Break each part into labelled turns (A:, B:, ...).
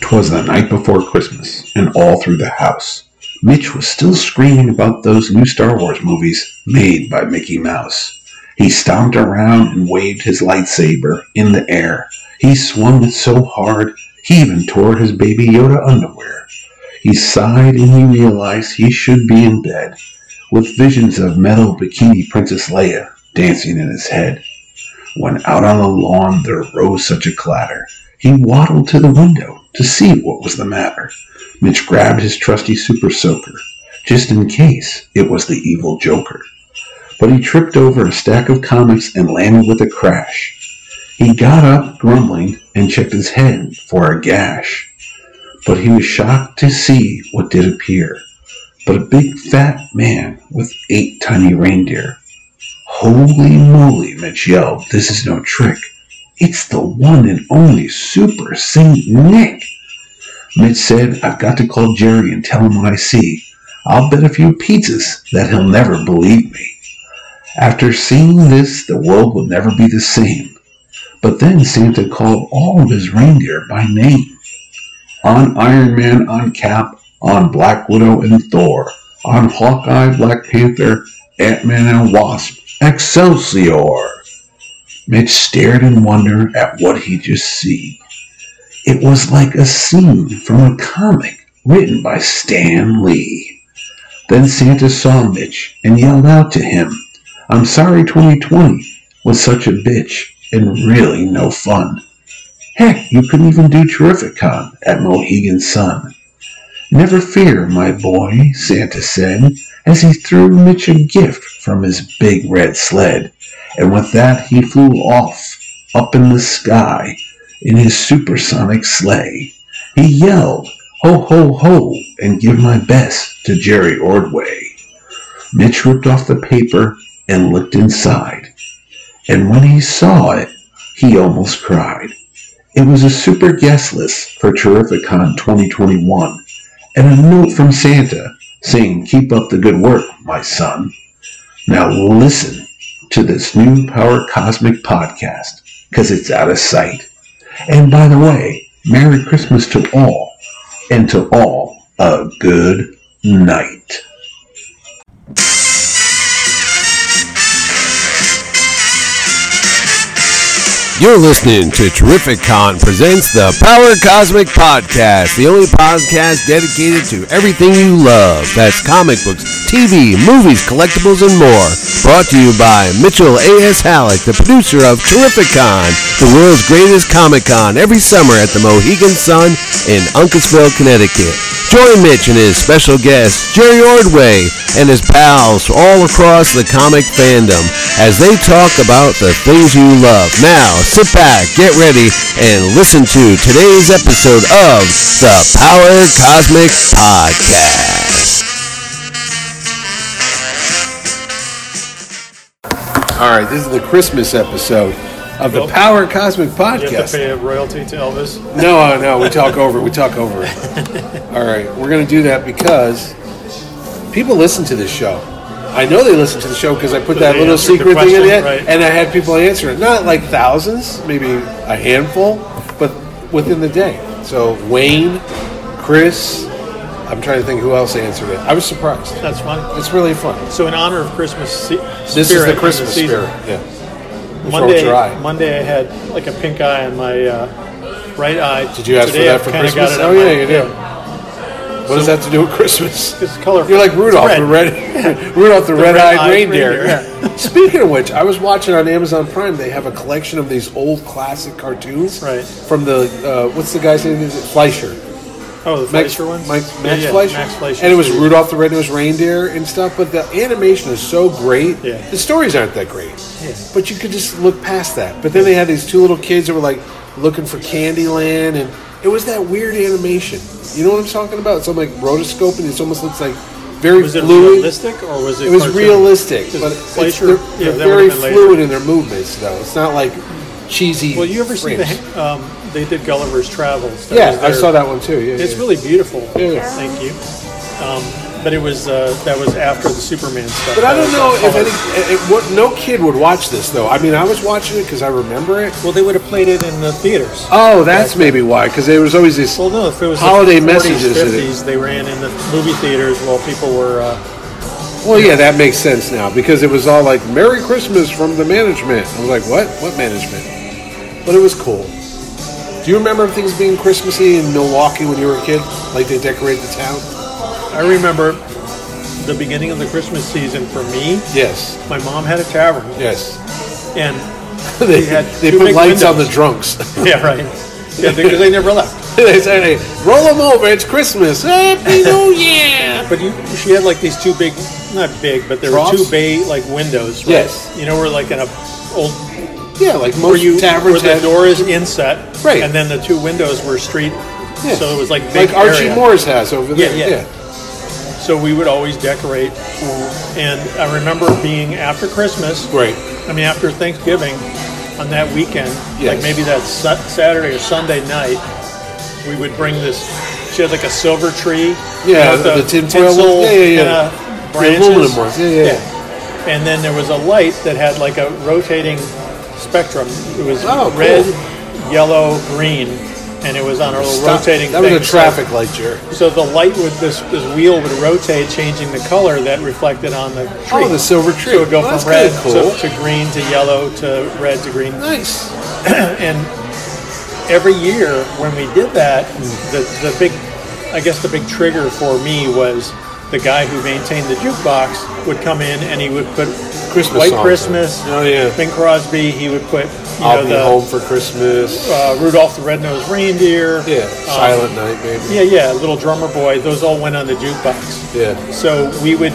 A: 'Twas the night before Christmas, and all through the house Mitch was still screaming about those new Star Wars movies made by Mickey Mouse. He stomped around and waved his lightsaber in the air. He swung it so hard, he even tore his baby Yoda underwear. He sighed and he realized he should be in bed with visions of metal bikini Princess Leia dancing in his head. When out on the lawn there rose such a clatter, he waddled to the window to see what was the matter. Mitch grabbed his trusty super soaker, just in case it was the evil Joker. But he tripped over a stack of comics and landed with a crash. He got up, grumbling, and checked his head for a gash. But he was shocked to see what did appear. But a big fat man with eight tiny reindeer. Holy moly, Mitch yelled. This is no trick. It's the one and only Super Saint Nick. Mitch said, I've got to call Jerry and tell him what I see. I'll bet a few pizzas that he'll never believe me. After seeing this, the world would never be the same. But then Santa called all of his reindeer by name. On Iron Man, on Cap, on Black Widow and Thor, on Hawkeye, Black Panther, Ant-Man and Wasp. Excelsior! Mitch stared in wonder at what he just seen. It was like a scene from a comic written by Stan Lee. Then Santa saw Mitch and yelled out to him, I'm sorry 2020 was such a bitch and really no fun. Heck, you couldn't even do Terrificon at Mohegan Sun. Never fear, my boy, Santa said as he threw Mitch a gift from his big red sled. And with that, he flew off up in the sky in his supersonic sleigh. He yelled, Ho, ho, ho, and give my best to Jerry Ordway. Mitch ripped off the paper and looked inside. And when he saw it, he almost cried. It was a super guest list for Terrificon 2021 and a note from Santa saying, Keep up the good work, my son. Now listen to this new Power Cosmic podcast, because it's out of sight. And by the way, Merry Christmas to all, and to all a good night.
B: You're listening to Terrific Con presents the Power Cosmic Podcast, the only podcast dedicated to everything you love. That's comic books, TV, movies, collectibles, and more. Brought to you by Mitchell A.S. Halleck, the producer of Terrific Con, the world's greatest Comic Con, every summer at the Mohegan Sun in Uncasville, Connecticut. Join Mitch and his special guest, Jerry Ordway, and his pals all across the comic fandom as they talk about the things you love. Now, sit back, get ready, and listen to today's episode of the Power Cosmic Podcast. All right, this is the Christmas episode of the
C: Nope.
B: Power Cosmic
C: You have to
B: Podcast.
C: pay a royalty to Elvis.
B: No, uh, no, we talk over it. We talk over it. All right, we're going to do that because people listen to this show. I know they listen to the show because I put that
C: they
B: little
C: answered the
B: secret thing in
C: question,
B: it,
C: right.
B: and I had people answer it. Not like thousands, maybe a handful, but within the day. So Wayne, Chris, I'm trying to think who else answered it. I was surprised.
C: That's fun.
B: It's really fun.
C: So in honor of Christmas, se-
B: This is
C: spirit
B: the
C: and
B: Christmas
C: season,
B: spirit. Yeah. Before
C: Monday,
B: dry.
C: Monday I had like a pink eye on my uh, right eye.
B: Did you ask
C: Today I've
B: for that for
C: kinda
B: Christmas?
C: Got it
B: Oh
C: on my-
B: yeah, you did. What does that have to do with Christmas?
C: It's colorful.
B: You're like Rudolph
C: It's
B: the red, Rudolph the, red-eyed,
C: red-eyed
B: reindeer.
C: reindeer.
B: Yeah. Speaking of which, I was watching on Amazon Prime. They have a collection of these old classic cartoons.
C: Right.
B: From the uh, what's the guy's name? Is it Fleischer?
C: Oh, the
B: Max-
C: Fleischer ones.
B: Mike,
C: Yeah,
B: Max
C: yeah,
B: Fleischer.
C: Max Fleischer.
B: And it was Rudolph the Red-Nosed Reindeer and stuff. But the animation is so great.
C: Yeah.
B: The stories aren't that great. But you could just look past that. But then they had these two little kids that were like looking for Candyland, and it was that weird animation. You know what I'm talking about? It's on like rotoscope, and it almost looks like very
C: Was it
B: fluid.
C: realistic or was it?
B: It was
C: cartoon?
B: realistic,
C: Because
B: but it's,
C: Fleischer,
B: they're,
C: yeah,
B: they're
C: that
B: very
C: would've been later.
B: fluid in their movements, though. It's not like cheesy.
C: Well, you ever see the?
B: frames.
C: Um, they did Gulliver's Travels. That
B: Yeah,
C: was
B: I
C: their-
B: saw that one too. Yeah,
C: It's
B: yeah.
C: really beautiful.
B: Yeah.
C: Thank you. Um, but it was uh, that was after the Superman stuff.
D: But I don't
C: That was,
D: know
C: uh,
D: if
C: color.
D: any. It, it, what, no kid would watch this though. I mean, I was watching it because I remember it.
C: Well, they would have played it in the theaters.
D: Oh, that's maybe why. Because there was always this.
C: Well, no, if it was the
D: Holiday
C: 40s,
D: messages in it.
C: 50s, they ran in the movie theaters while people were. Uh,
D: Well, yeah, that makes sense now because it was all like "Merry Christmas" from the management. I was like, "What? What management?" But it was cool. Do you remember things being Christmassy in Milwaukee when you were a kid? Like they decorated the town?
C: I remember the beginning of the Christmas season for me.
D: Yes,
C: My mom had a tavern,
D: yes.
C: and
D: they
C: had
D: they
C: two
D: put
C: big
D: lights on the
C: windows.
D: drunks.
C: yeah, right, yeah, because they never left.
D: they say, "Roll them over. It's Christmas. Happy New Year."
C: But you, she had like these two big, not big, but there
D: Props?
C: were two bay like windows. right?
D: Yes.
C: you know, we're like in a old
D: Yeah, like
C: where
D: most
C: you where
D: taverns
C: the
D: had.
C: door is inset,
D: Right.
C: and then the two windows were street.
D: Yeah.
C: So it was like big
D: like Archie
C: area.
D: Moore's has over there.
C: Yeah, yeah. So we would always decorate, and I remember being after Christmas.
D: Right.
C: I mean, after Thanksgiving, on that weekend,
D: Yes.
C: like maybe that Sa- Saturday or Sunday night, we would bring this. She had like a silver tree.
D: Yeah,
C: with
D: the- the tinfoil one.
C: tinsel
D: Yeah, yeah, yeah.
C: uh,
D: The
C: branches.
D: aluminum ones. Yeah, yeah, yeah.
C: And then there was a light that had like a rotating spectrum. It was
D: Oh, cool.
C: red, yellow, green, and it was on a little
D: Stop.
C: rotating.
D: That was
C: thing.
D: a traffic light, Jerry.
C: So the light would this this wheel would rotate, changing the color that reflected on the tree.
D: Oh, the silver tree.
C: So it would go
D: Well, that's
C: from red
D: kinda cool.
C: to, to green to yellow to red to green,
D: Nice.
C: and every year when we did that,
D: Hmm.
C: the the big, I guess the big trigger for me was the guy who maintained the jukebox would come in and he would put
D: Christmas
C: White
D: songs.
C: Christmas,
D: Oh, yeah.
C: Bing Crosby. He would put you
D: I'll
C: know
D: be
C: the
D: home for Christmas.
C: Uh, Rudolph the Red-Nosed Reindeer,
D: Yeah,
C: um,
D: Silent Night, maybe.
C: yeah, yeah, Little Drummer Boy, those all went on the jukebox.
D: Yeah.
C: So we would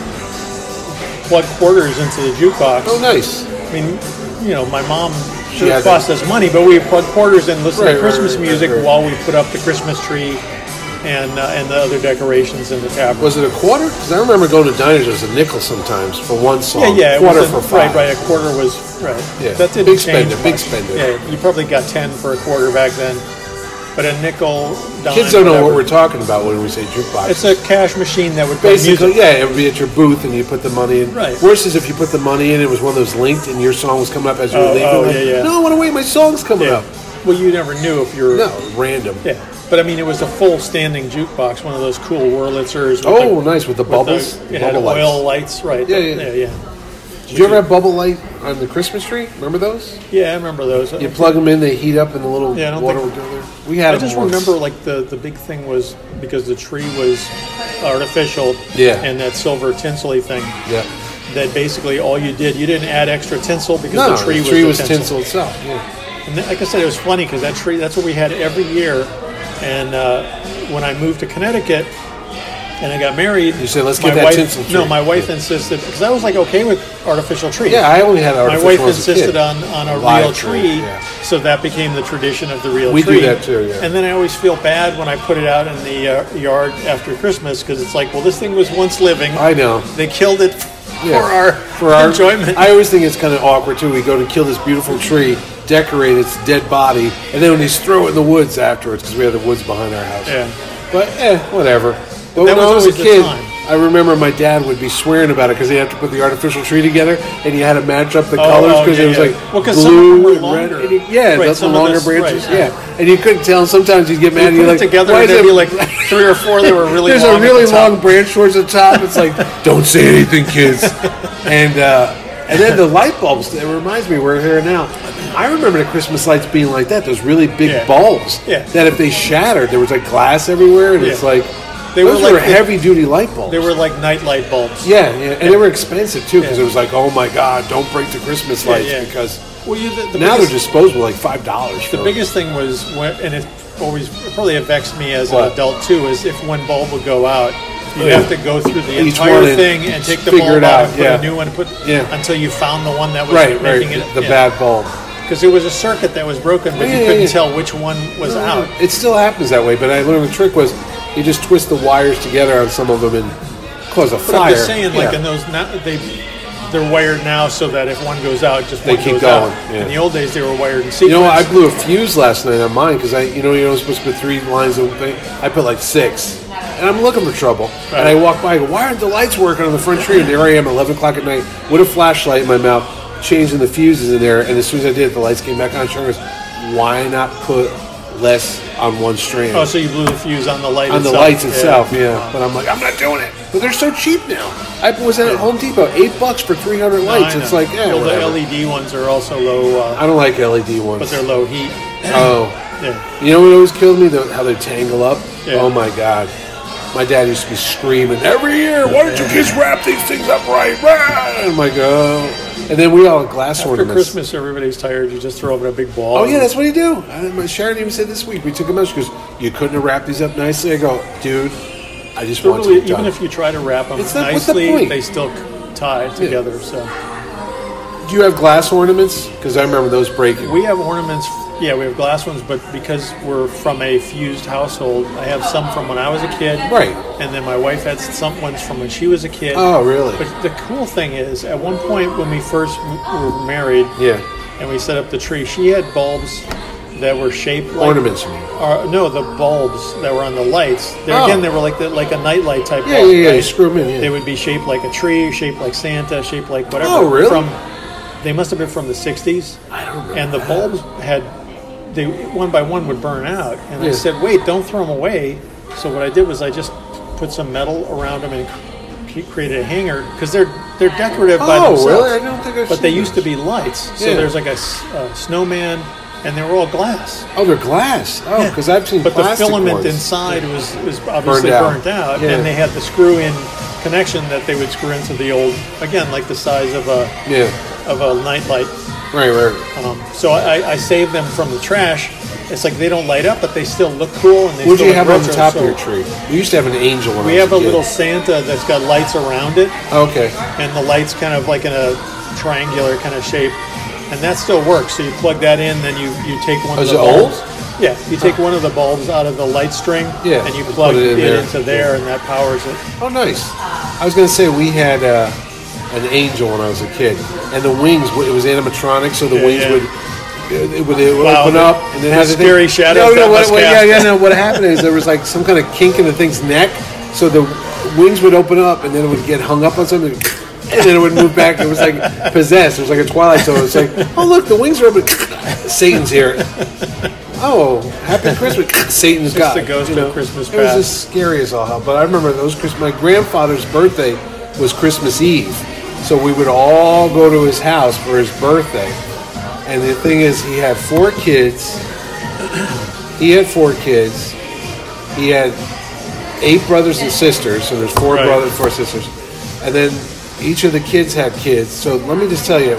C: plug quarters into the jukebox.
D: Oh, nice.
C: I mean, you know, my mom
D: She
C: should
D: had
C: have cost us money, but we would plug quarters and listen
D: Right, right,
C: to Christmas
D: right, right,
C: music
D: right.
C: while we put up the Christmas tree and uh, and the other decorations in the tavern.
D: Was it a quarter? Because I remember going to diners as a nickel sometimes for one song.
C: yeah, yeah, it
D: quarter
C: was a-
D: for five.
C: Right, right. A quarter was right.
D: Yeah,
C: that didn't
D: big
C: change
D: spender, big
C: much.
D: spender.
C: Yeah, you probably got ten for a quarter back then, but a nickel. Dime,
D: Kids don't know
C: whatever.
D: what we're talking about when we say jukebox.
C: It's a cash machine that would play music.
D: Basically, yeah, it would be at your booth and you put the money in.
C: Right.
D: Worse is if you put the money in, it was one of those linked and your song was coming up as you were
C: Oh,
D: leaving.
C: oh,
D: like,
C: yeah, yeah.
D: No, I want to wait, my song's coming up.
C: Well, you never knew if you were.
D: No, random.
C: Yeah. But I mean, it was a full standing jukebox, one of those cool Wurlitzers. With
D: Oh,
C: the,
D: nice, with the
C: with
D: bubbles?
C: The, it had
D: Bubble lights.
C: oil lights, right?
D: Yeah, yeah.
C: yeah, yeah.
D: Did you ever have bubble light on the Christmas tree? Remember those?
C: Yeah, I remember those.
D: You plug them in, they heat up, and the little
C: Yeah, I don't
D: water
C: think-
D: would go there. We had
C: I just
D: them once.
C: remember like the the big thing was because the tree was artificial.
D: Yeah.
C: And that silver tinsely thing.
D: Yeah.
C: That basically all you did, you didn't add extra tinsel because
D: No,
C: the tree,
D: was,
C: the
D: tinsel itself. Yeah.
C: And that- like I said, it was funny because that tree, that's what we had every year. And uh, when I moved to Connecticut and I got married,
D: You said, "Let's
C: my
D: get that
C: wife,
D: tinsel tree."
C: No, my wife insisted, because I was like okay with artificial trees.
D: Yeah, I only had
C: my
D: artificial
C: wife
D: as a kid.
C: insisted on, on a
D: Live
C: real
D: tree,
C: tree,
D: yeah.
C: so that became the tradition of the real
D: We do
C: tree.
D: that too, yeah.
C: And then I always feel bad when I put it out in the uh, yard after Christmas because it's like, well, this thing was once living.
D: I know.
C: They killed it
D: Yeah.
C: for our
D: for our
C: enjoyment.
D: I always think it's kind of awkward too. We go to kill this beautiful tree, decorate its dead body, and then when he's throw it in the woods afterwards because we had the woods behind our house.
C: yeah.
D: But eh, whatever. But
C: That
D: when I
C: was
D: was a
C: always the
D: kid,
C: time.
D: I remember my dad would be swearing about it because he had to put the artificial tree together, and he had to match up the
C: Oh,
D: colors
C: oh,
D: because
C: yeah,
D: it was
C: yeah.
D: like
C: Well, 'cause some of them
D: blue
C: were
D: and
C: longer.
D: red. And he- yeah,
C: Right,
D: that's the
C: some of
D: longer
C: those-
D: branches.
C: right.
D: Yeah, and you couldn't tell. Sometimes you'd get mad. and
C: put
D: you're
C: it
D: like,
C: together,
D: why
C: and
D: is
C: there'd be
D: it-
C: like three or four that were really
D: there's
C: long
D: a
C: at the
D: really
C: top.
D: long branch towards the top. It's like, don't say anything, kids. and uh, and then the light bulbs. It reminds me, we're here now. I remember the Christmas lights being like that. Those really big
C: Yeah.
D: bulbs.
C: Yeah.
D: That if they shattered, there was like glass everywhere, and it's
C: Yeah.
D: like
C: They
D: those
C: were
D: were,
C: like the-
D: heavy duty light bulbs.
C: They were like night light bulbs.
D: yeah, yeah, and they were expensive too because
C: Yeah.
D: it was like, oh my god, don't break the Christmas
C: Yeah,
D: lights
C: yeah.
D: because
C: Well, you, the, the
D: now
C: biggest,
D: they're disposable, like five dollars.
C: the biggest thing was when, and it always it probably affects me as
D: What? Oh,
C: an adult too. Is if one bulb would go out, you
D: Yeah.
C: would have to go through the
D: Each
C: entire
D: one and
C: thing and take the
D: figure
C: bulb
D: it out,
C: and put
D: yeah.
C: a new one. Put
D: Yeah.
C: until you found the one that was
D: right, right,
C: making it
D: the bad bulb.
C: because it was a circuit that was broken, but
D: Yeah,
C: you
D: yeah,
C: couldn't
D: yeah.
C: tell which one was out.
D: It still happens that way, but I learned the trick was you just twist the wires together on some of them and cause a
C: But
D: fire.
C: I'm just saying, like
D: Yeah.
C: in those now they they're wired now so that if one goes out, just
D: They
C: one
D: keep
C: goes
D: going,
C: out.
D: yeah.
C: In the old days, they were wired in sequence.
D: you know, what? I blew a fuse last night on mine because I, you know, you're only supposed to put three lines of thing. I put like six, and I'm looking for trouble. And I walk by, I go, why aren't the lights working on the front tree? And there I am, 11 o'clock at night, with a flashlight in my mouth, changing the fuses in there. And as soon as I did, the lights came back on. Sean goes, why not put less on one strand?
C: Oh, so you blew the fuse on the light
D: on the
C: itself.
D: lights
C: Yeah.
D: itself, yeah. But I'm like, I'm not doing it. But they're so cheap now. I was at Home Depot, eight bucks for 300
C: No, I
D: lights. It's
C: know.
D: like, yeah,
C: well,
D: whatever.
C: the LED ones are also low, uh,
D: I don't like LED ones.
C: but they're low heat.
D: oh,
C: Yeah.
D: You know what always killed me? The, how they tangle up.
C: Yeah.
D: Oh my god. My dad used to be screaming every year, why don't you kids wrap these things up right? Rah!" And I'm like, oh. And then we all had glass
C: After
D: ornaments.
C: Christmas, everybody's tired. You just throw them in a big ball.
D: Oh yeah, that's what you do. I, my Sharon even said this week we took them out. She goes, you couldn't have wrapped these up nicely. I go, dude, I just want
C: Really,
D: to be
C: even
D: done.
C: if you try to wrap them
D: It's not- what's the
C: nicely,
D: point?
C: they still c- tie together. So
D: do you have glass ornaments? Because I remember those breaking.
C: we have ornaments. Yeah, we have glass ones, but because we're from a fused household, I have some from when I was a kid.
D: right.
C: And then my wife had some ones from when she was a kid.
D: Oh really?
C: But the cool thing is, at one point when we first m- were married
D: yeah.
C: and we set up the tree, she had bulbs that were shaped like
D: Ornaments, you mean?
C: Uh, no, the bulbs that were on the lights. They,
D: Oh.
C: Again, they were like the, like a nightlight type.
D: Yeah,
C: bulb,
D: yeah, yeah.
C: right?
D: You screw them in. Yeah.
C: They would be shaped like a tree, shaped like Santa, shaped like whatever.
D: Oh, really?
C: From, they must have been from the '60s,
D: I don't remember.
C: and the bulbs had they one by one would burn out. And I
D: Yeah.
C: said, "Wait, don't throw them away." So what I did was I just put some metal around them and cre- created a hanger because they're they're decorative by
D: Oh,
C: themselves.
D: really? I don't think I've
C: But they
D: seen
C: used to be lights. So
D: Yeah.
C: there's like a, s- a snowman, and they were all glass.
D: oh, they're glass. Oh, because I've seen
C: But the
D: plastic
C: filament
D: ones.
C: inside was, was obviously
D: Burned out.
C: burnt out,
D: Yeah.
C: and they had the screw in connection that they would screw into the old, again, like the size of a
D: Yeah.
C: of a nightlight.
D: Right, right.
C: Um, so I, I saved them from the trash. It's like they don't light up, but they still look cool. And they
D: What do
C: still
D: you
C: look
D: have on the
C: retro,
D: top
C: so
D: of your tree? You used to have an angel. When I
C: We
D: was
C: have a
D: kid.
C: little Santa that's got lights around it,
D: Okay.
C: and the lights kind of like in a triangular kind of shape, and that still works. So you plug that in, then you you take one.
D: Oh, Is
C: of the
D: it old?
C: bulbs. Yeah, you take one of the bulbs out of the light string,
D: Yeah,
C: and you
D: put
C: plug
D: it
C: it,
D: in there.
C: into there, and that powers it.
D: Oh, nice. I was gonna say we had uh, an angel when I was a kid, and the wings w- it was animatronic, so the
C: Yeah,
D: wings
C: yeah.
D: would. It would, it would
C: Wow,
D: open
C: the-
D: up and then
C: the
D: have the
C: scary
D: thing.
C: shadows
D: No, no,
C: that
D: what,
C: must
D: what- yeah,
C: cast.
D: yeah, no. What happened is there was like some kind of kink in the thing's neck, so the wings would open up and then it would get hung up on something, and then it would move back. It was like possessed. It was like a Twilight Zone. It was like, oh look, the wings are open. Satan's here. Oh, happy Christmas! Satan's
C: Just
D: God.
C: the ghost
D: you
C: of
D: know.
C: Christmas
D: It was
C: past.
D: just scary as all hell. But I remember those Christmas. My grandfather's birthday was Christmas Eve, so we would all go to his house for his birthday. And the thing is, he had four kids. He had four kids. He had eight brothers and sisters. So there's four
C: Right.
D: brothers, four sisters, and then each of the kids had kids. So let me just tell you,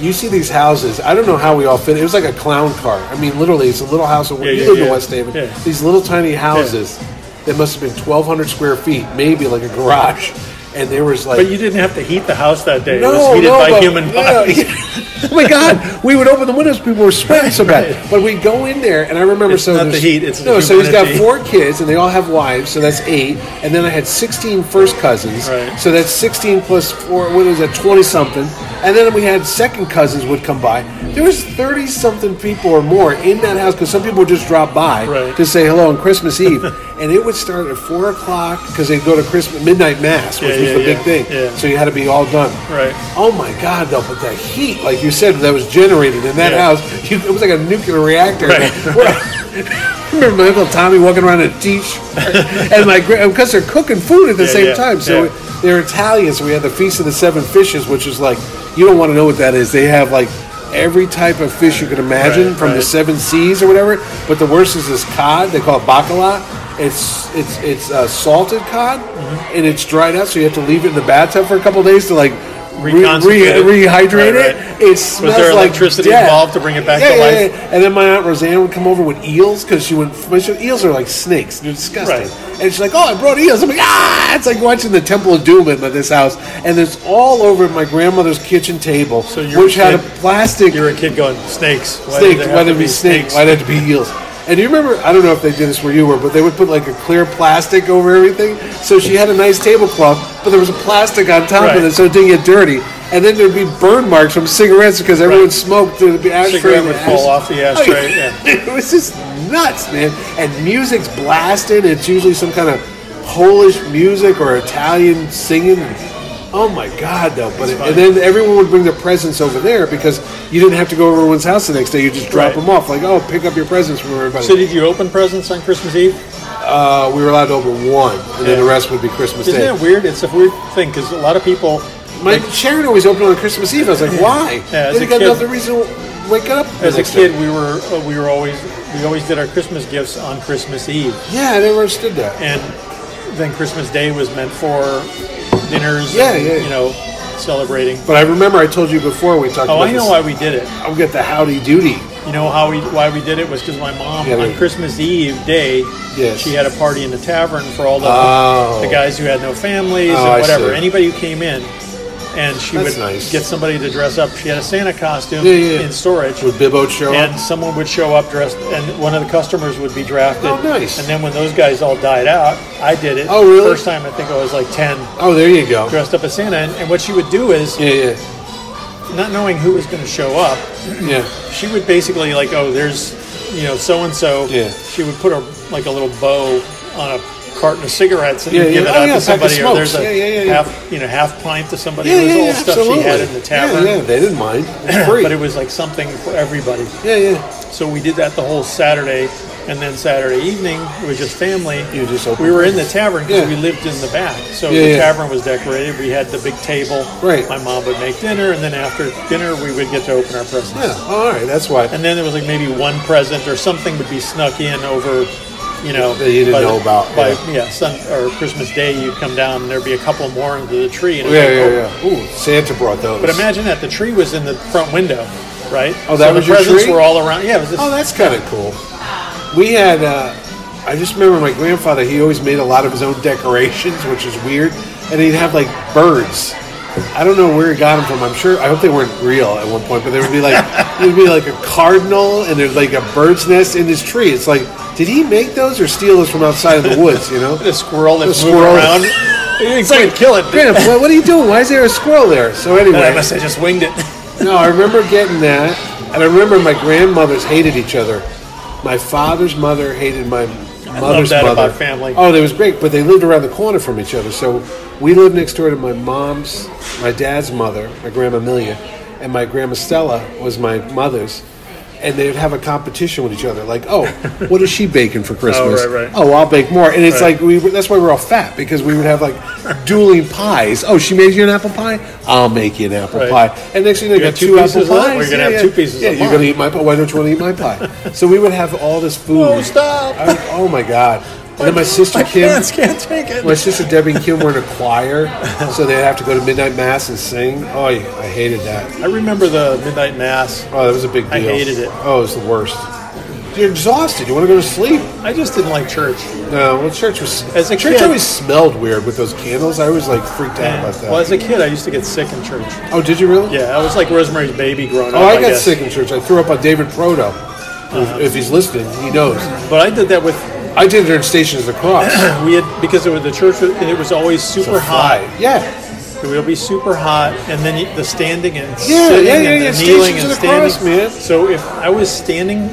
D: you see these houses. I don't know how we all fit. It was like a clown car. I mean, literally, it's a little house. Of,
C: Yeah,
D: you
C: yeah,
D: lived in
C: yeah.
D: West Haven.
C: Yeah.
D: These little tiny houses that must have been 1,200 square feet, maybe like a garage, and there was like
C: But you didn't have to heat the house that day.
D: no,
C: it was heated
D: no,
C: by
D: but-
C: human
D: no,
C: bodies.
D: yeah. oh my God! We would open the windows. People were sweating so bad. But we go in there, and I remember
C: It's
D: so
C: not the
D: there's-
C: heat, it's the
D: no. So he's got
C: humidity.
D: four kids, and they all have wives. So that's eight. And then I had 16 first cousins.
C: Right.
D: So that's 16 plus four. What is that? 20 something. And then we had second cousins would come by. There was 30 something people or more in that house because some people would just drop by
C: Right.
D: to say hello on Christmas Eve, and it would start at four o'clock because they'd go to Christmas midnight mass, which
C: Yeah,
D: was
C: yeah,
D: the big
C: yeah,
D: thing.
C: yeah.
D: So you had to be all done.
C: Right.
D: Oh my God, though, but the heat, like you said, that was generated in that
C: Yeah.
D: house, you, it was like a nuclear reactor.
C: Right.
D: I remember my uncle Tommy walking around in a t-shirt, and my because they're cooking food at the
C: Yeah,
D: same
C: yeah,
D: time. So
C: yeah.
D: they're Italian, so we had the Feast of the Seven Fishes, which is like you don't want to know what that is. They have like every type of fish you can imagine
C: Right,
D: from the
C: right.
D: seven seas or whatever. But the worst is this cod. They call it bacala. It's it's it's uh, salted cod,
C: Mm-hmm.
D: and it's dried out, so you have to leave it in the bathtub for a couple days to like. Re- re-
C: Reconcentrate it.
D: rehydrate
C: Right,
D: it.
C: right.
D: It
C: Was there
D: smells like
C: electricity
D: death.
C: involved to bring it back
D: Yeah,
C: to
D: yeah,
C: life?
D: yeah. And then my aunt Roseanne would come over with eels because she went. my she- Eels are like snakes; they're disgusting.
C: Right.
D: And she's like, "Oh, I brought eels." I'm like, "Ah!" It's like watching the Temple of Doom at this house, and it's all over my grandmother's kitchen table,
C: So you were
D: which
C: a
D: had a
C: kid-
D: plastic
C: You were a kid going snakes. Why did
D: snake.
C: there
D: Why
C: have to
D: did it be snake? Why did it be eels? And do you remember? I don't know if they did this where you were, but they would put like a clear plastic over everything. So she had a nice tablecloth, but there was a plastic on top of
C: Right.
D: it, so it didn't get dirty. And then there'd be burn marks from cigarettes because everyone
C: Right.
D: smoked. There'd be ashtray.
C: Cigarette
D: and
C: would
D: ash-
C: fall off the
D: Oh,
C: ashtray. yeah.
D: it was just nuts, man. And music's blasting. It's usually some kind of Polish music or Italian singing. Oh my God, though! But it, and then everyone would bring their presents over there because you didn't have to go over to everyone's house the next day. You just drop
C: Right.
D: them off, like, oh, pick up your presents from everybody.
C: So did you open presents on Christmas Eve?
D: Uh, we were allowed to open one, and then
C: Yeah.
D: the rest would be Christmas
C: Isn't
D: Day.
C: that weird? It's a weird thing because a lot of people.
D: My Sharon always opened on Christmas Eve. I was like, why?
C: Yeah, as
D: they
C: a
D: got
C: kid-
D: another reason to wake up. the
C: As a
D: next
C: kid,
D: day.
C: we were uh, we were always we always did our Christmas gifts on Christmas Eve,
D: yeah, I never understood that.
C: and then Christmas Day was meant for dinners.
D: Yeah,
C: and,
D: yeah.
C: You know, celebrating.
D: But I remember I told you before we talked
C: Oh,
D: about
C: I know
D: this.
C: why we did it.
D: I'll get the howdy doody.
C: You know how we why we did it was because my mom
D: Yeah,
C: on
D: they-
C: Christmas Eve day,
D: Yes.
C: she had a party in the tavern for all the,
D: Oh.
C: the guys who had no families
D: Oh, I
C: and whatever
D: see.
C: anybody who came in, and she
D: That's
C: would
D: nice.
C: get somebody to dress up. She had a Santa costume
D: Yeah, yeah, yeah.
C: in storage.
D: Would Bibbo show up?
C: and someone would show up dressed, and one of the customers would be drafted.
D: Oh, nice.
C: And then when those guys all died out, I did it.
D: Oh, really?
C: First time I think I was like 10,
D: Oh, there you go.
C: dressed up as Santa. And, and what she would do is,
D: Yeah, yeah,
C: not knowing who was going to show up,
D: yeah.
C: she would basically like, oh, there's, you know, so and so.
D: Yeah.
C: She would put a like a little bow on a carton of cigarettes and
D: Yeah,
C: give
D: yeah.
C: it
D: Oh,
C: out
D: yeah, pack
C: to
D: of
C: somebody, or there's
D: smokes.
C: a
D: Yeah, yeah, yeah, yeah.
C: half, you know, half pint to somebody.
D: Yeah,
C: it was
D: yeah,
C: all
D: yeah,
C: stuff
D: absolutely.
C: she had in the tavern,
D: Yeah, yeah, they didn't mind. It was free.
C: but it was like something for everybody.
D: yeah, yeah.
C: So we did that the whole Saturday, and then Saturday evening it was just family.
D: You just opened
C: we were in the tavern because
D: Yeah.
C: we lived in the back, so
D: Yeah,
C: the
D: yeah.
C: tavern was decorated. We had the big table.
D: Right.
C: My mom would make dinner, and then after dinner we would get to open our presents.
D: Yeah, all right, that's why.
C: And then there was like maybe one present or something would be snuck in over, you know,
D: That you didn't
C: by
D: know
C: the-
D: about,
C: By
D: yeah.
C: yeah, sun, or Christmas Day, you'd come down and there'd be a couple more under the tree. And it was
D: Yeah,
C: like, oh.
D: yeah, yeah. Ooh, Santa brought those.
C: But imagine that the tree was in the front window, right?
D: Oh, that
C: so
D: was
C: the
D: your
C: presents
D: tree?
C: were all around. Yeah, it was just,
D: Oh, that's kind of cool. We had, uh, I just remember my grandfather, he always made a lot of his own decorations, which is weird. And he'd have like birds. I don't know where he got them from. I'm sure, I hope they weren't real at one point, but there would be like, it would be like a cardinal and there's like a bird's nest in his tree. It's like, did he make those or steal those from outside of the woods, you know?
C: the squirrel that's
D: The
C: moving
D: squirrel.
C: around. It's like kill it.
D: Grandpa, what, what are you doing? Why is there a squirrel there? So anyway.
C: And I must have just winged it.
D: No, I remember getting that, and I remember my grandmothers hated each other. My father's mother hated my mother's
C: that
D: mother.
C: about family.
D: Oh, they was great, but they lived around the corner from each other. So we lived next door to my mom's, my dad's mother, my grandma Amelia, and my grandma Stella was my mother's. And they'd have a competition with each other, like, "Oh, what is she baking for Christmas?
C: right, right.
D: Oh, I'll bake more." And it's
C: Right.
D: like we—that's why we're all fat because we would have like dueling pies. Oh, she made you an apple pie. I'll make you an apple
C: Right.
D: pie. And next thing you
C: You
D: got
C: got two
D: two apple
C: pieces of-
D: pies.
C: we're gonna have two pieces
D: Yeah,
C: of
D: you're
C: mine.
D: gonna eat my pie. Why don't you want to eat my pie? so we would have all this food.
C: No, stop.
D: I was- oh my god! And then my sister
C: My
D: Kim,
C: pants can't take it.
D: my sister Debbie and Kim were in a choir, so they'd have to go to midnight mass and sing. Oh, yeah, I hated that.
C: I remember the midnight mass.
D: Oh, that was a big deal.
C: I hated it.
D: Oh, it was the worst. You're exhausted. You want to go to sleep.
C: I just didn't like church.
D: No, well, church was
C: As a
D: church
C: kid-
D: always smelled weird with those candles. I always like freaked out about that.
C: Well, as a kid, I used to get sick in church.
D: oh, did you really?
C: Yeah, I was like Rosemary's Baby growing up.
D: Oh, I, got
C: guess. Uh-huh.
D: sick in church. I threw up on David Proto. If- If he's listening, he knows.
C: but I did that with
D: I did it in Stations of the Cross.
C: we had because it was the church was- and it was always super hot.
D: Yeah.
C: It would be super hot, and then you- the standing and
D: Yeah,
C: sitting
D: yeah,
C: and
D: yeah,
C: the
D: yeah,
C: kneeling
D: Stations
C: and
D: of the Cross,
C: standing.
D: man.
C: So if I was standing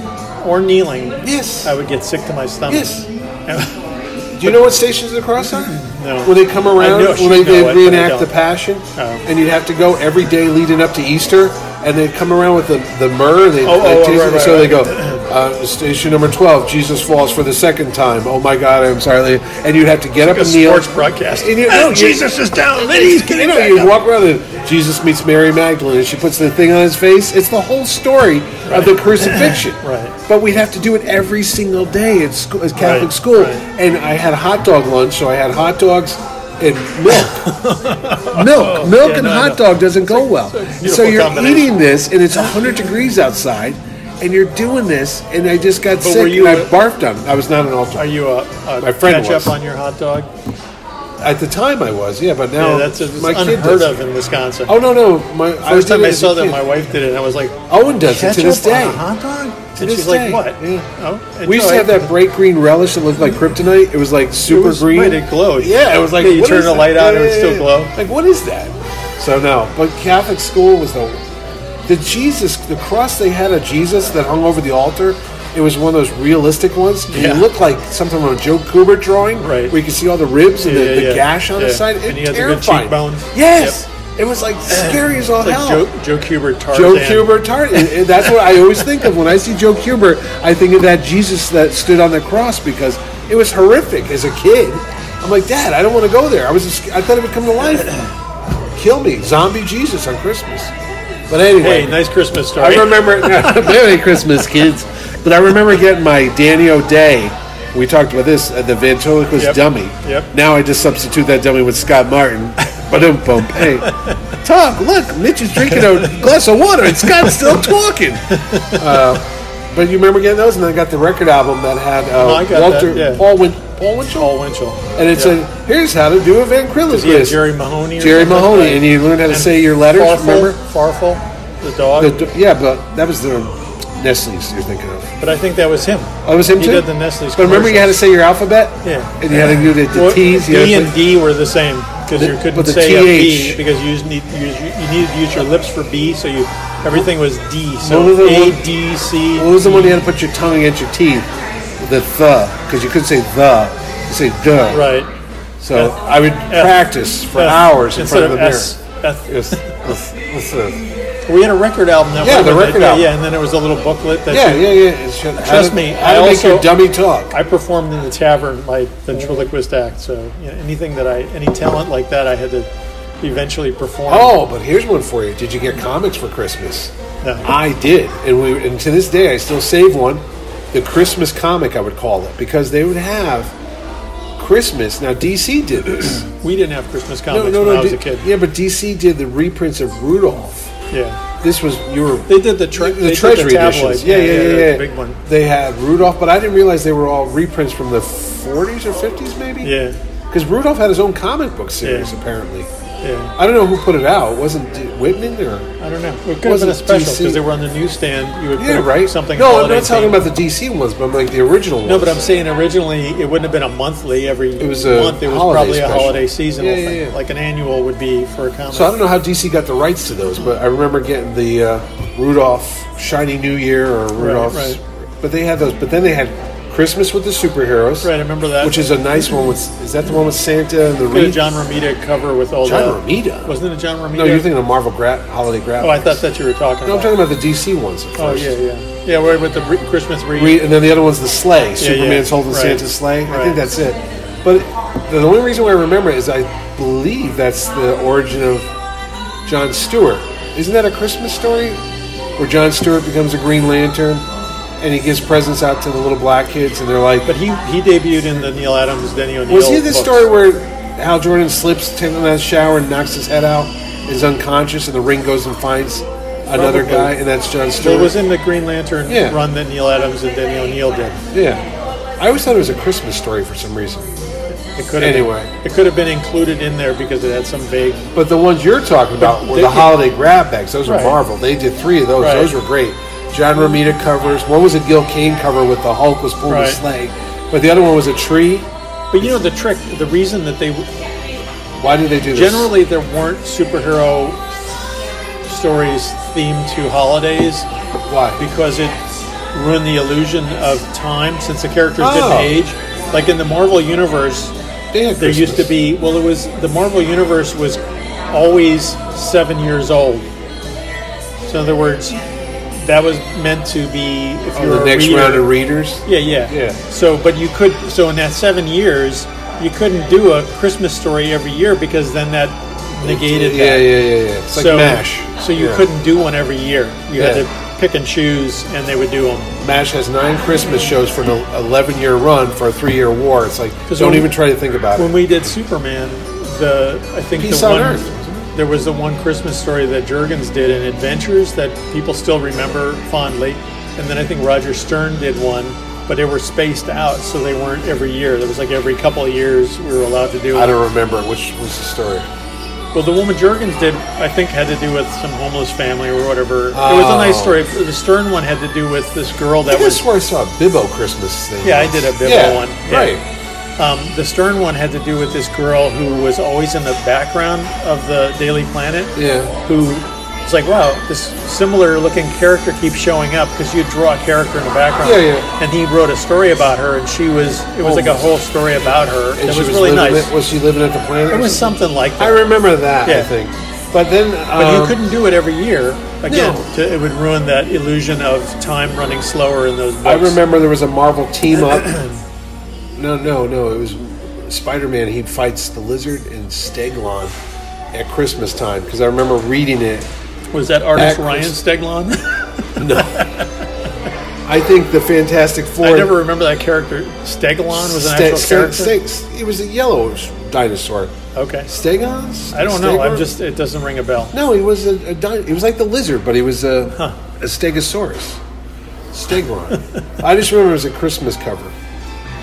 C: or kneeling,
D: Yes.
C: I would get sick to my stomach.
D: Yes. Do you know what Stations of the Cross are?
C: No.
D: When they come around,
C: Mm-hmm. I know I
D: when they,
C: should know
D: they
C: it, but I
D: reenact the
C: don't.
D: Passion,
C: Oh.
D: and you'd have to go every day leading up to Easter, and they'd come around with the, the myrrh. They,
C: Oh,
D: like
C: oh,
D: Jesus-
C: right, right,
D: so they go,
C: right.
D: uh, station number 12, Jesus falls for the second time. Oh my God, I'm sorry. And you'd have to get up
C: Like a
D: and kneel.
C: sports broadcast.
D: And you-
C: Oh,
D: no, you-
C: Jesus is down. Ladies, get
D: you
C: it
D: know,
C: back
D: you
C: up.
D: walk around and Jesus meets Mary Magdalene and she puts the thing on his face. It's the whole story of the crucifixion.
C: Right.
D: But we'd have to do it every single day at, school, at Catholic
C: Right,
D: school.
C: right.
D: And I had a hot dog lunch, so I had hot dogs and milk. milk. Milk
C: Oh, Yeah,
D: and
C: no, I
D: hot
C: know.
D: dog doesn't go well. So
C: beautiful
D: you're
C: combination.
D: eating this and it's 100 degrees outside. And you're doing this, and I just got sick,
C: were you
D: and I
C: a-
D: barfed on. it. I was not an altar
C: Are you a, a
D: My friend
C: catch
D: was.
C: up on your hot dog?
D: at the time. I was, yeah, but now
C: Yeah, that's it's
D: my kid
C: unheard
D: does.
C: of in Wisconsin.
D: Oh no, no! My
C: First
D: did
C: time
D: it
C: I
D: as a
C: saw that,
D: kid.
C: my wife did it, and I was like,
D: Owen does it to
C: "Ketchup
D: this
C: on a
D: day.
C: hot dog?"
D: To
C: and
D: this
C: she's like,
D: day,
C: "What?"
D: yeah.
C: Oh,
D: We used to
C: enjoy.
D: have that bright green relish that looked like kryptonite. It was like
C: It
D: super
C: was
D: green.
C: right, it glowed.
D: Yeah, it was like
C: Yeah, you
D: what
C: turn
D: is
C: the
D: that?
C: light on,
D: Yeah,
C: it would
D: yeah,
C: still
D: yeah.
C: glow.
D: Like what is that? So no, but Catholic school was the the Jesus, the cross they had of Jesus that hung over the altar. It was one of those realistic ones. It
C: Yeah.
D: looked like something on a Joe Kubert drawing,
C: Right.
D: Where you can see all the ribs and
C: Yeah,
D: the,
C: yeah,
D: the
C: yeah.
D: gash on the
C: Yeah.
D: side. It
C: And he had the good
D: terrifying.
C: cheekbones.
D: Yes, it was like scary as all
C: Like
D: hell.
C: Joe, Joe Kubert Tarzan.
D: Joe Kubert Tarzan. And- and That's what I always think of when I see Joe Kubert. I think of that Jesus that stood on the cross because it was horrific as a kid. I'm like, Dad, I don't want to go there. I was, just, I thought it would come to life, kill me, zombie Jesus on Christmas. But anyway,
C: Hey, nice Christmas story.
D: I remember Merry Christmas, kids. But I remember getting my Danny O'Day. We talked about this. Uh, the ventriloquist
C: Yep.
D: dummy.
C: Yep.
D: Now I just substitute that dummy with Scott Martin. But bum hey, Tom, look, Mitch is drinking a glass of water, and Scott's still talking. Uh, but you remember getting those, and then I got the record album that had uh,
C: I got
D: Walter
C: that, yeah.
D: Paul Win- Paul Winchell,
C: Paul Winchell.
D: and it said, "Here's how to do a ventriloquist."
C: yeah, Yeah, Jerry Mahoney. or
D: Jerry
C: something like
D: Mahoney,
C: that.
D: and you learned how to say your letters.
C: Farfel,
D: Remember?
C: Farfel, the dog.
D: Oh, The do- yeah, but that was the Nestle's you're thinking of.
C: but I think that was him.
D: Oh, it was him
C: he
D: too.
C: did the Nestle's.
D: But remember, you had to say your alphabet.
C: Yeah.
D: And you had to do the, the
C: Well,
D: T's. You
C: D
D: had to
C: and
D: put-
C: D were the same because
D: The-
C: you couldn't
D: but the
C: say a B
D: TH.
C: because you, just need, you, just- you needed to use your lips for B, so you everything was D.
D: What
C: So
D: was the
C: A,
D: one-
C: D, C. E.
D: what was the one you had to put your tongue against your teeth? The the because you couldn't say the. You say duh.
C: Right.
D: So I would
C: F.
D: practice for
C: F
D: hours in
C: instead
D: front of the mirror.
C: of S, F.
D: Yes, yes, yes, yes.
C: We had a record album that
D: Yeah,
C: went
D: the
C: with it.
D: record
C: Yeah,
D: album.
C: Yeah, and then there was a little booklet that
D: Yeah,
C: you-
D: yeah, yeah. It's just- how
C: Trust
D: to-
C: me,
D: How to
C: I
D: make your
C: also-
D: dummy talk.
C: I performed in the tavern my ventriloquist act, so you know, anything that I, any talent like that, I had to eventually perform.
D: Oh, but here's one for you. Did you get comics for Christmas?
C: No.
D: I did, and we and to this day I still save one. The Christmas comic I would call it because they would have Christmas. Now DC did this.
C: we didn't have Christmas
D: no,
C: comics
D: no,
C: when
D: no.
C: I was
D: di-
C: a kid.
D: Yeah, but DC did the reprints of Rudolph.
C: Yeah,
D: This was your
C: they did the, tre- they
D: the
C: did
D: Treasury
C: the tabloid.
D: editions. Yeah, yeah, yeah, yeah.
C: the big one.
D: They had Rudolph, but I didn't realize they were all reprints from the 40s or 50s, maybe.
C: Yeah.
D: Because Rudolph had his own comic book series,
C: Yeah.
D: apparently.
C: Yeah,
D: I don't know who put it out. Wasn't it Whitman or?
C: I don't know. It could have been
D: Wasn't
C: a special
D: DC
C: because they were on the newsstand. You would
D: Yeah,
C: put
D: right.
C: something.
D: No, I'm
C: holiday
D: not talking
C: themed.
D: about the DC ones, but I'm like the original ones.
C: No, but I'm saying originally it wouldn't have been a monthly every
D: It was a
C: month. It was
D: holiday
C: probably
D: special.
C: a holiday seasonal
D: Yeah, yeah,
C: thing,
D: yeah.
C: like an annual would be for a comic.
D: So I don't know how DC got the rights to those, but I remember getting the uh, Rudolph Shiny New Year or Rudolph's.
C: right.
D: But they had those. But then they had Christmas with the superheroes,
C: Right, I remember that.
D: which is a nice one. With is that the one with Santa and the
C: Look at a
D: wreath?
C: John Romita cover with all
D: John
C: that.
D: Romita?
C: Wasn't it a John Romita?
D: no, you're thinking of Marvel gra- holiday graphics.
C: Oh, I thought that you were talking.
D: No, I'm
C: about.
D: talking about the DC ones. At
C: Oh
D: first.
C: yeah, yeah, yeah. We're with the re- Christmas wreath.
D: Re- and then the other one's the sleigh.
C: yeah.
D: Superman's holding
C: Right.
D: Santa's sleigh. I think
C: Right.
D: that's it. But the only reason why I remember it is I believe that's the origin of John Stewart. Isn't that a Christmas story where John Stewart becomes a Green Lantern and he gives presents out to the little black kids and they're like,
C: But he he debuted in the Neil Adams, Denny O'Neill.
D: was he this
C: books.
D: story where Hal Jordan slips, taking out of the shower, and knocks his head out, is unconscious, and the ring goes and finds another
C: Probably.
D: guy, and that's John
C: Well,
D: Stewart?
C: it was in the Green Lantern
D: Yeah.
C: run that Neil Adams and Denny O'Neill did.
D: yeah. I always thought it was a Christmas story for some reason.
C: It could have
D: Anyway.
C: Been, it could have been included in there because it had some vague.
D: But the ones you're talking about were
C: they-
D: the holiday grab bags. Those were
C: Right.
D: Marvel. They did three of those.
C: Right.
D: Those were great. John Romita covers. One was a Gil Kane cover with the Hulk was pulling a
C: Right.
D: sleigh, but the other one was a tree.
C: But you know the trick, the reason that they
D: Why did they do this?
C: generally there weren't superhero stories themed to holidays
D: why?
C: because it ruined the illusion of time since the characters
D: Oh.
C: didn't age. Like in the Marvel universe,
D: They had
C: There used to
D: Christmas.
C: be well, it was the Marvel Universe was always seven years old. So in other words, that was meant to be if
D: On
C: you were
D: the
C: a
D: next
C: reader-
D: round of readers.
C: Yeah, yeah,
D: Yeah.
C: So, but you could so in that seven years, you couldn't do a Christmas story every year because then that negated
D: Yeah, yeah,
C: that.
D: yeah, yeah. It's like
C: so,
D: Mash.
C: So you
D: Yeah.
C: couldn't do one every year. You
D: Yeah.
C: had to pick and choose, and they would do them.
D: Mash has nine Christmas shows for an 11 year run for a three year war. It's like
C: 'Cause
D: don't
C: when-
D: even try to think about
C: When
D: it.
C: we did Superman, the I think
D: Peace
C: the
D: on
C: one
D: Earth.
C: there was the one Christmas story that Jurgens did in Adventures that people still remember fondly, and then I think Roger Stern did one, but they were spaced out, so they weren't every year. There was like every couple of years we were allowed to do.
D: I
C: it.
D: don't remember which was the story.
C: Well, the one with Jurgens did I think had to do with some homeless family or whatever. It was a nice
D: Oh.
C: story. The Stern one had to do with this girl
D: I
C: that was
D: guess where I saw a Bibbo Christmas thing.
C: Yeah, I did a Bibbo
D: Yeah,
C: one. Yeah.
D: Right.
C: Um, the Stern one had to do with this girl who was always in the background of the Daily Planet,
D: Yeah.
C: who It's like, wow, this similar looking character keeps showing up because you draw a character in the background.
D: Yeah, yeah.
C: And he wrote a story about her, and she was, it was like a whole story about her.
D: And
C: it
D: she
C: was,
D: was,
C: really
D: living
C: nice.
D: It, was she living at the planet?
C: It
D: or
C: was something like that.
D: I remember that. I
C: Yeah.
D: think. But then,
C: But
D: um,
C: you couldn't do it every year. Again,
D: No.
C: to, it would ruin that illusion of time running slower in those books.
D: I remember there was a Marvel team up. no, no, no. It was Spider Man. He fights the lizard and Steglon at Christmas time because I remember reading it.
C: Was that artist
D: Backwards.
C: Ryan Steglon?
D: I think the Fantastic Four.
C: I never remember that character. Steglon was an
D: Ste-
C: actual
D: Ste-
C: character.
D: Ste- it was a yellow dinosaur.
C: okay.
D: Stegons?
C: I don't know. I'm
D: Stegor?
C: just. It doesn't ring a bell.
D: No, he was a, a di- he was like the lizard, but he was a, a stegosaurus, steglon. I just remember it was a Christmas cover.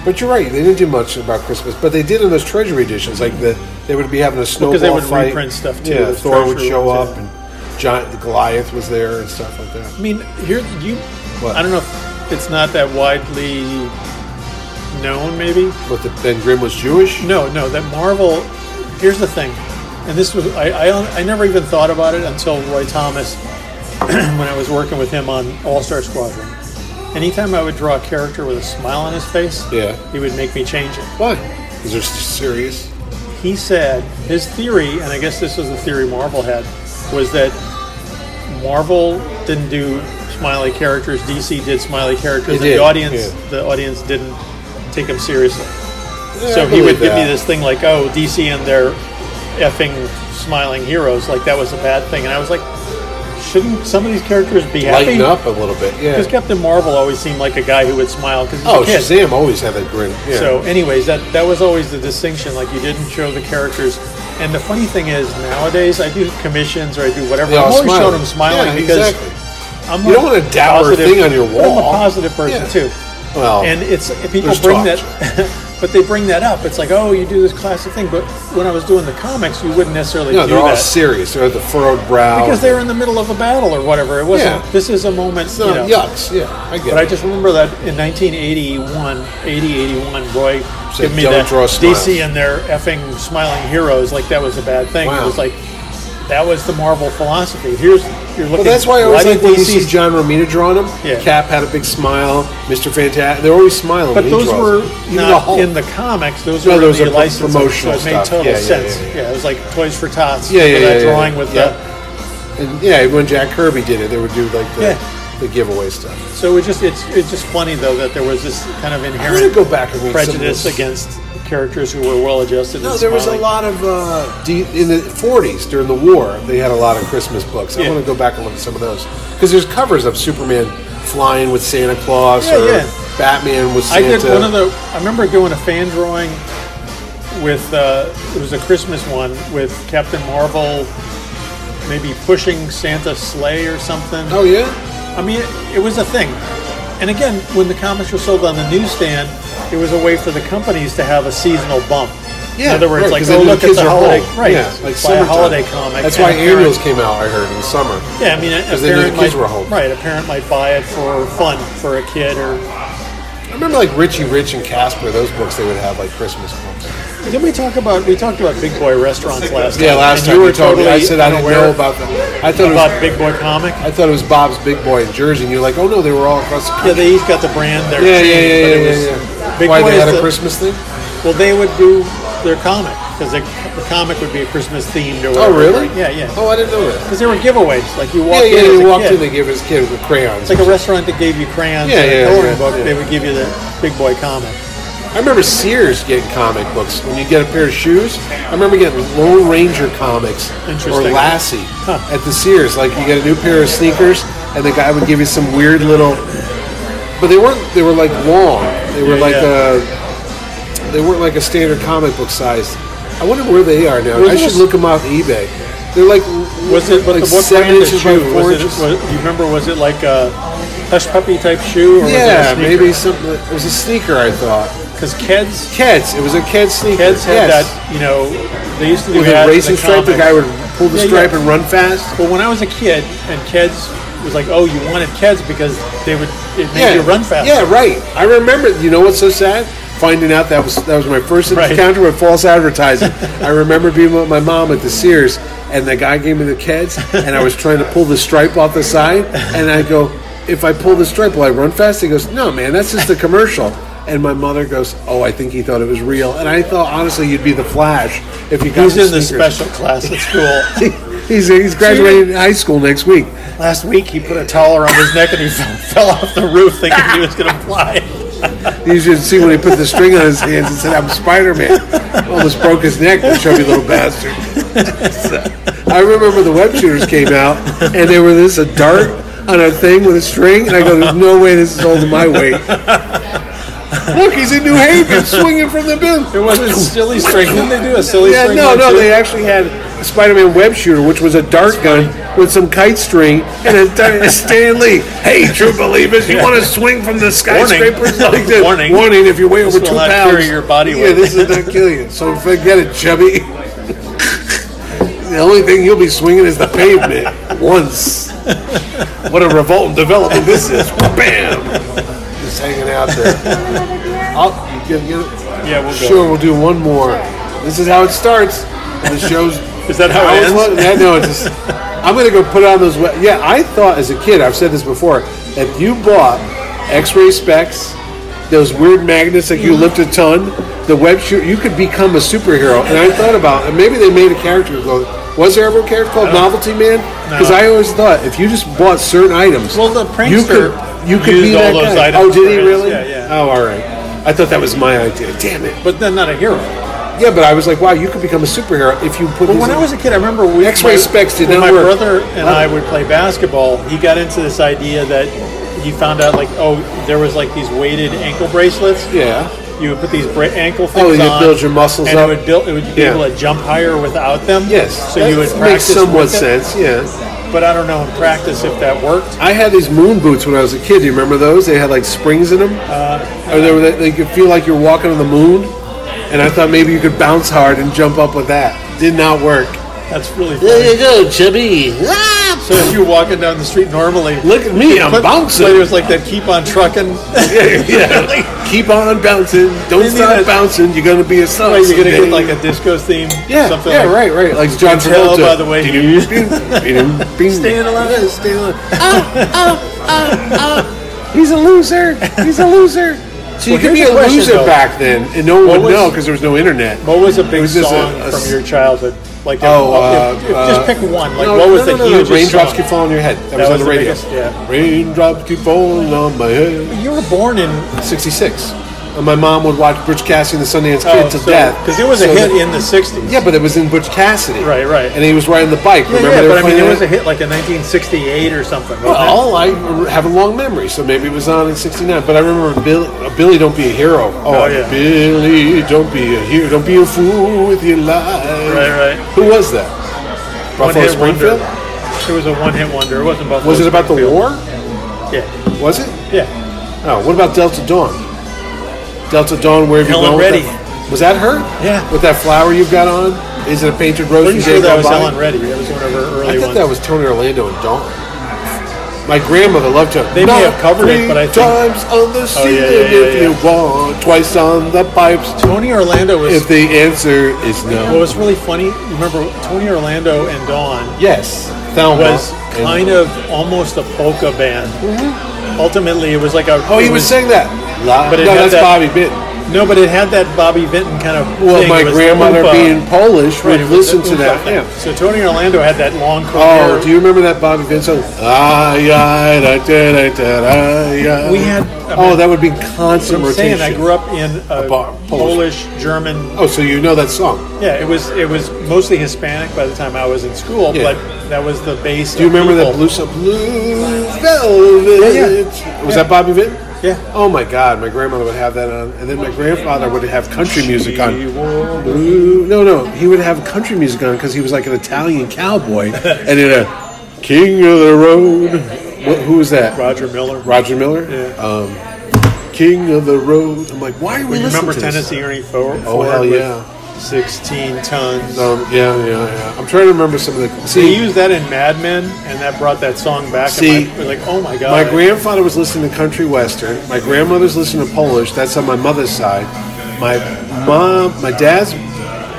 D: But you're right; they didn't do much about Christmas, but they did in those treasury editions. Like the they would be having a snowball
C: they would
D: fight.
C: reprint stuff, too,
D: Yeah,
C: those
D: Thor would
C: treasury
D: show
C: ones,
D: up,
C: yeah.
D: and giant Goliath was there and stuff like
C: I
D: that.
C: mean, here you.
D: What?
C: I don't know. if It's not that widely known, maybe.
D: But the, Ben Grimm was Jewish.
C: No, no. That Marvel. Here's the thing, and this was I. I, I never even thought about it until Roy Thomas, when I was working with him on All Star Squadron. Anytime I would draw a character with a smile on his face,
D: Yeah.
C: he would make me change it.
D: Why? Is there serious?
C: he said his theory, and I guess this was the theory Marvel had, was that Marvel didn't do smiley characters. DC did smiley characters.
D: They
C: and
D: did,
C: the audience,
D: yeah.
C: the audience didn't take him seriously.
D: Yeah, I
C: so he would
D: believe
C: give me
D: that.
C: this thing like, "Oh, DC and their effing smiling heroes," like that was a bad thing. And I was like, shouldn't some of these characters be happy?
D: lighten up a little bit.
C: Because
D: Yeah.
C: Captain Marvel always seemed like a guy who would smile because
D: Oh,
C: a kid.
D: Shazam always had that grin. Yeah.
C: So, anyways, that that was always the distinction. Like you didn't show the characters. And the funny thing is, nowadays I do commissions or I do whatever.
D: They all
C: I'm always
D: smile.
C: showing them smiling
D: Yeah,
C: because
D: exactly.
C: I'm
D: You don't want a dour
C: positive-
D: thing on your
C: but I'm a
D: wall.
C: positive person
D: Yeah.
C: too.
D: Well,
C: And it's if people
D: There's
C: bring
D: talk.
C: that, but they bring that up. It's like, oh, you do this classic thing. But when I was doing the comics, you wouldn't necessarily
D: no,
C: do
D: they're all
C: that.
D: serious. They're the furrowed brow.
C: because they were in the middle of a battle or whatever. It wasn't.
D: Yeah.
C: This is a moment.
D: No,
C: you know,
D: yucks. Yeah, I get
C: But I
D: it.
C: just remember that in 1981, 80, 81, Roy
D: Said,
C: gave me
D: "Don't
C: that
D: draw smiles."
C: DC and their effing smiling heroes like that was a bad thing.
D: Wow.
C: It was like that was the Marvel philosophy. Here's you're looking.
D: Well, that's why I
C: why
D: always like
C: did
D: when you
C: DC
D: see John Romita drawing them.
C: Yeah.
D: Cap had a big smile. Mr. Fantastic. They're always smiling. when
C: But
D: he
C: those
D: draws
C: were
D: them. Even the
C: not
D: Hulk.
C: in the comics. Those
D: No,
C: were
D: those
C: in
D: are
C: the
D: pro-
C: license,
D: promotional
C: so it made
D: stuff.
C: total
D: Yeah, yeah, yeah,
C: sense.
D: yeah,
C: it was like Toys for Tots.
D: Yeah, yeah,
C: for that
D: yeah, yeah,
C: drawing with
D: yeah.
C: the.
D: And, yeah, when Jack Kirby did it, they would do like the,
C: Yeah.
D: the giveaway stuff.
C: So it just it's it's just funny though that there was this kind of
D: I'm gonna
C: inherent
D: go back and read
C: prejudice
D: some of those.
C: against characters who were well adjusted.
D: No, there was a lot of uh, D, in the '40s during the war. They had a lot of Christmas books. I
C: Yeah.
D: want to go back and look at some of those because there's covers of Superman flying with Santa Claus
C: Yeah,
D: or
C: yeah.
D: Batman with
C: I
D: Santa.
C: did one of the. I remember doing a fan drawing with uh, it was a Christmas one with Captain Marvel, maybe pushing Santa's sleigh or something.
D: Oh yeah,
C: I mean, it, it was a thing. And again, when the comics were sold on the newsstand, it was a way for the companies to have a seasonal bump.
D: yeah.
C: In other words,
D: right,
C: like
D: 'cause they
C: oh
D: knew
C: look,
D: kids
C: it's a
D: are
C: holiday,
D: home.
C: right?
D: Yeah, like
C: buy a
D: summertime.
C: holiday comic.
D: That's
C: and
D: why
C: a parent-
D: annuals came out. I heard in the summer.
C: Yeah, I mean, a, a
D: 'Cause they knew the
C: parent
D: kids
C: might,
D: were home.
C: right? A parent might buy it for fun for a kid or
D: I remember like Richie Rich and Casper. Those books they would have like Christmas books.
C: Did we talk about we talked about Big Boy restaurants last time?
D: Yeah, last
C: and
D: time
C: you were
D: told
C: totally
D: me. I said I didn't
C: unaware
D: know about them. I thought it was
C: about Big Boy comic.
D: I thought it was Bob's Big Boy in Jersey, and you're like, oh no, they were all across the country.
C: Yeah, they each got the brand. Their
D: Yeah, yeah,
C: chain,
D: yeah,
C: but
D: yeah,
C: it
D: yeah.
C: was-
D: yeah.
C: Big
D: Why
C: Boy
D: they
C: is
D: had a
C: the-
D: Christmas thing?
C: Well, they would do their comic because the comic would be a Christmas themed or whatever.
D: Oh, really?
C: Yeah, yeah.
D: Oh, I didn't know that.
C: Because they were giveaways. Like you
D: Yeah,
C: walked
D: yeah.
C: in, as
D: He
C: a
D: walked
C: kid.
D: in, they gave his kid with crayons.
C: It's like a restaurant that gave you crayons
D: Yeah,
C: and a
D: yeah,
C: coloring
D: yeah,
C: book.
D: yeah.
C: They would give you the Big Boy comic.
D: I remember Sears getting comic books. When you get a pair of shoes, I remember getting Lone Ranger comics or
C: Interesting.
D: Lassie
C: Huh.
D: at the Sears. Like you get a new pair of sneakers, and the guy would give you some weird little. But they weren't. They were like long. They were
C: Yeah,
D: like
C: yeah.
D: uh They weren't like a standard comic book size. I wonder where they are now. I
C: Wasn't
D: should
C: this-
D: look them up eBay. They're like
C: Was it? But
D: like
C: the what
D: seven
C: brand of
D: inches by
C: shoe
D: four
C: was it?
D: inches?
C: Was, do you remember? Was it like a hush puppy type shoe? Or
D: yeah,
C: was it a
D: maybe something. It was a sneaker. I thought
C: Because kids.
D: Keds. It was a Keds sneaker.
C: Kids had
D: yes.
C: that, you know, they used to do
D: With a
C: ads in
D: racing
C: the
D: stripe, the
C: comics.
D: guy would pull the
C: Yeah,
D: stripe
C: yeah.
D: and run fast.
C: But when I was a kid, and kids was like, "Oh, you wanted kids because they would it made you run fast."
D: Yeah, right. I remember. You know what's so sad? finding out that was that was my first
C: Right.
D: encounter with false advertising. I remember being with my mom at the Sears, and the guy gave me the kids, and I was trying to pull the stripe off the side, and I go, "If I pull the stripe, will I run fast?" He goes, "No, man, that's just a commercial." And my mother goes, "Oh, I think he thought it was real." And I thought, honestly, you'd be the Flash if you got
C: He's in the
D: sneakers.
C: special class at school.
D: he's he's graduating high school next week.
C: Last week, he put a towel around his neck and he fell, fell off the roof thinking he was going to fly.
D: You should see when he put the string on his hands and said, "I'm Spider-Man." Almost broke his neck, the chubby little bastard. I remember the web shooters came out, and they were this a dart on a thing with a string, and I go, "There's no way this is holding my weight." Look, he's in New Haven, swinging from the bin.
C: It wasn't silly string. Didn't they do a silly
D: Yeah,
C: string?
D: no,
C: one,
D: no,
C: too?
D: they actually had a Spider-Man web shooter, which was a dart gun with some kite string and a, di- a Stan Lee. Hey, true believers, you want to swing from the skyscrapers? Like this.
C: Warning.
D: warning! If you weigh over
C: will
D: two
C: not
D: pounds,
C: carry your body
D: yeah,
C: weight.
D: this is gonna kill you. So forget it, chubby. the only thing you'll be swinging is the pavement once. What a revolting development this is! Bam! Just hanging out there. I'll, you get, get it?
C: Yeah, we'll go.
D: Sure, we'll do one more. This is how it starts. The show's.
C: Is that how it
D: I was
C: ends?
D: lo- yeah, no, it's just. I'm gonna go put on those. we- Yeah, I thought as a kid, I've said this before, if you bought X-ray specs, those weird magnets that you lift a ton, the web shoot, you could become a superhero. And I thought about, and maybe they made a character go. Was there ever a character called Novelty Man? Because
C: No.
D: I always thought if you just bought certain items,
C: Well, the prankster
D: you could you could be
C: used
D: that
C: all those
D: guy.
C: items
D: oh, did
C: for
D: he
C: his-
D: really?
C: yeah, yeah.
D: Oh, all right. I thought that was my idea. Damn it.
C: But then not a hero.
D: Yeah, but I was like, wow, you could become a superhero if you put.
C: But
D: these
C: when
D: in-
C: I was a kid, I remember we
D: X-ray
C: my-
D: specs did
C: when
D: not
C: my
D: work.
C: brother and I would play basketball. He got into this idea that he found out like oh there was like these weighted ankle bracelets.
D: yeah,
C: You would put these bra- ankle things
D: Oh, you'd
C: on,
D: build your muscles
C: and
D: up.
C: It would build. It would be
D: Yeah.
C: able to jump higher without them.
D: yes,
C: So
D: that
C: you would
D: makes
C: practice.
D: somewhat
C: with it,
D: sense. Yeah,
C: But I don't know in practice if that worked.
D: I had these moon boots when I was a kid. Do you remember those? They had like springs in them,
C: Uh,
D: or they were they could feel like you're walking on the moon. And I thought maybe you could bounce hard and jump up with that. Did not work.
C: That's really. Funny.
D: There you go, Jimmy.
C: So if you're walking down the street normally,
D: Look at me, I'm
C: but-
D: bouncing.
C: But it was like that. Keep on trucking.
D: yeah, keep on bouncing. Don't
C: They need
D: stop
C: a-
D: bouncing. You're gonna be a star.
C: Right, you're gonna
D: someday.
C: get like a disco theme.
D: Yeah,
C: something
D: yeah, right,
C: like,
D: right. Like John
C: tell
D: Travolta.
C: by the way you-
D: Staying
C: alive.
D: Staying alive. He's a loser. He's a loser. So you
C: Well,
D: could be
C: here's
D: a
C: a question,
D: loser
C: though.
D: back then, and no one
C: What
D: would
C: was-
D: know because there was no internet.
C: What was a big
D: was just
C: song
D: a- a s-
C: from your childhood? Like, if,
D: Oh, uh,
C: if- if-
D: uh,
C: just pick one. Like,
D: No,
C: what was
D: no,
C: the
D: no, no, no.
C: hugest
D: Raindrops
C: song?
D: keep falling on your head. That, was,
C: That was
D: on the
C: the
D: radio.
C: biggest, yeah.
D: Raindrops keep falling on my head.
C: You were born in.
D: 66. And my mom would watch Butch Cassidy and the Sundance Kid to death.
C: because Oh, uh, it was a
D: So
C: hit
D: that-
C: in the '60s.
D: Yeah, but it was in Butch Cassidy.
C: Right, right.
D: And he was riding the bike.
C: yeah,
D: Remember
C: yeah,
D: they were
C: but I mean,
D: playing that?
C: it was a hit like in 1968 or something. wasn't it?
D: Well, I have a long memory, so maybe it was on in '69. But I remember Billy, uh, Billy, don't be a hero. Oh,
C: Oh, yeah.
D: Billy, don't be a hero. Don't be a fool with your life.
C: Right, right.
D: Who was that?
C: One
D: Buffalo
C: hit wonder.
D: Springfield.
C: It was a one-hit wonder. It wasn't Buffalo.
D: Was it about the
C: Springfield.
D: war?
C: Yeah,
D: Was it?
C: yeah.
D: Oh, what about Delta Dawn? Delta Dawn, where have you
C: Helen
D: gone? with
C: Reddy.
D: that- Was that her?
C: Yeah.
D: With that flower you've got on? Is it a painted rose?
C: Pretty
D: you
C: sure
D: gave
C: that
D: my
C: was
D: body?
C: Ellen Reddy. That was one of her
D: I
C: early
D: thought
C: ones.
D: that was Tony Orlando and Dawn. My grandmother loved her.
C: They may have covered it, but I think- Oh,
D: times on the ceiling
C: yeah, yeah, yeah,
D: if you want, twice on the pipes.
C: Tony Orlando was.
D: If the answer is
C: what
D: no,
C: was really funny? Remember Tony Orlando and Dawn?
D: yes, Thelma
C: was kind of almost a polka band. Ultimately, it was like a.
D: Mm-hmm. Oh, he was saying that. La-
C: But it
D: no,
C: had
D: that's
C: that-
D: Bobby Bitten.
C: No, but it had that Bobby Vinton kind of.
D: Well,
C: thing.
D: my
C: It was the
D: grandmother
C: oompa.
D: being Polish would
C: Right, it was the
D: listen to
C: oompa
D: that.
C: thing.
D: Yeah.
C: So Tony Orlando had that long coat.
D: Oh,
C: hair.
D: do you remember that Bobby Vince song? Ah, yeah, da, da, da, da, yeah.
C: We had- I
D: oh,
C: mean-
D: that would be
C: So
D: constant
C: I'm
D: rotation.
C: saying I grew up in a,
D: A bar- Polish.
C: Polish German.
D: oh, so you know that song?
C: Yeah, it was it was mostly Hispanic by the time I was in school,
D: Yeah.
C: but that was the base.
D: Do you remember
C: people.
D: that blue song? Blue Velvet.
C: Yeah, yeah.
D: Was
C: Yeah.
D: that Bobby Vinton?
C: Yeah.
D: Oh my God, my grandmother would have that on, and then my grandfather would have country music
C: She
D: on.
C: wore-
D: Blue. No, no, he would have country music on because he was like an Italian cowboy, and in a King of the Road. Wh- who was that?
C: Roger Miller.
D: Roger Miller.
C: Yeah.
D: Um, King of the Road. I'm like, why are we
C: You
D: listening
C: remember
D: to this?
C: Tennessee Ernie Ford?
D: Oh, hell
C: Ford with
D: yeah.
C: Sixteen tons.
D: Um, yeah, yeah, yeah. I'm trying to remember some of the.
C: They
D: See,
C: used that in Mad Men, and that brought that song back.
D: See,
C: and my, we're like, oh my god,
D: my grandfather was listening to country western. My grandmother's listening to Polish. That's on my mother's side. my mom, my dad's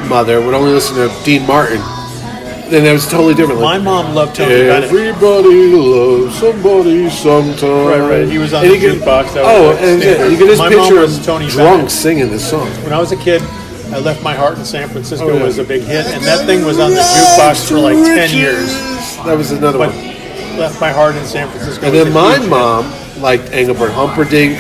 D: mother would only listen to Dean Martin, and that was totally different.
C: My
D: Like,
C: mom loved Tony Bennett.
D: Everybody loves somebody sometime.
C: Right, right. He was on
D: And
C: the
D: you could-
C: jukebox. That was
D: Oh,
C: like
D: and yeah,
C: standard.
D: you can just
C: My mom
D: picture
C: was
D: him
C: Tony
D: drunk
C: Bennett.
D: singing this song.
C: When I was a kid, I left my heart in San Francisco
D: Oh, yeah.
C: was a big hit, and that thing was on the jukebox for like ten years.
D: That was another
C: But
D: one.
C: left my heart in San Francisco.
D: And
C: was
D: then
C: a
D: my
C: huge hit.
D: mom liked Engelbert Humperdinck,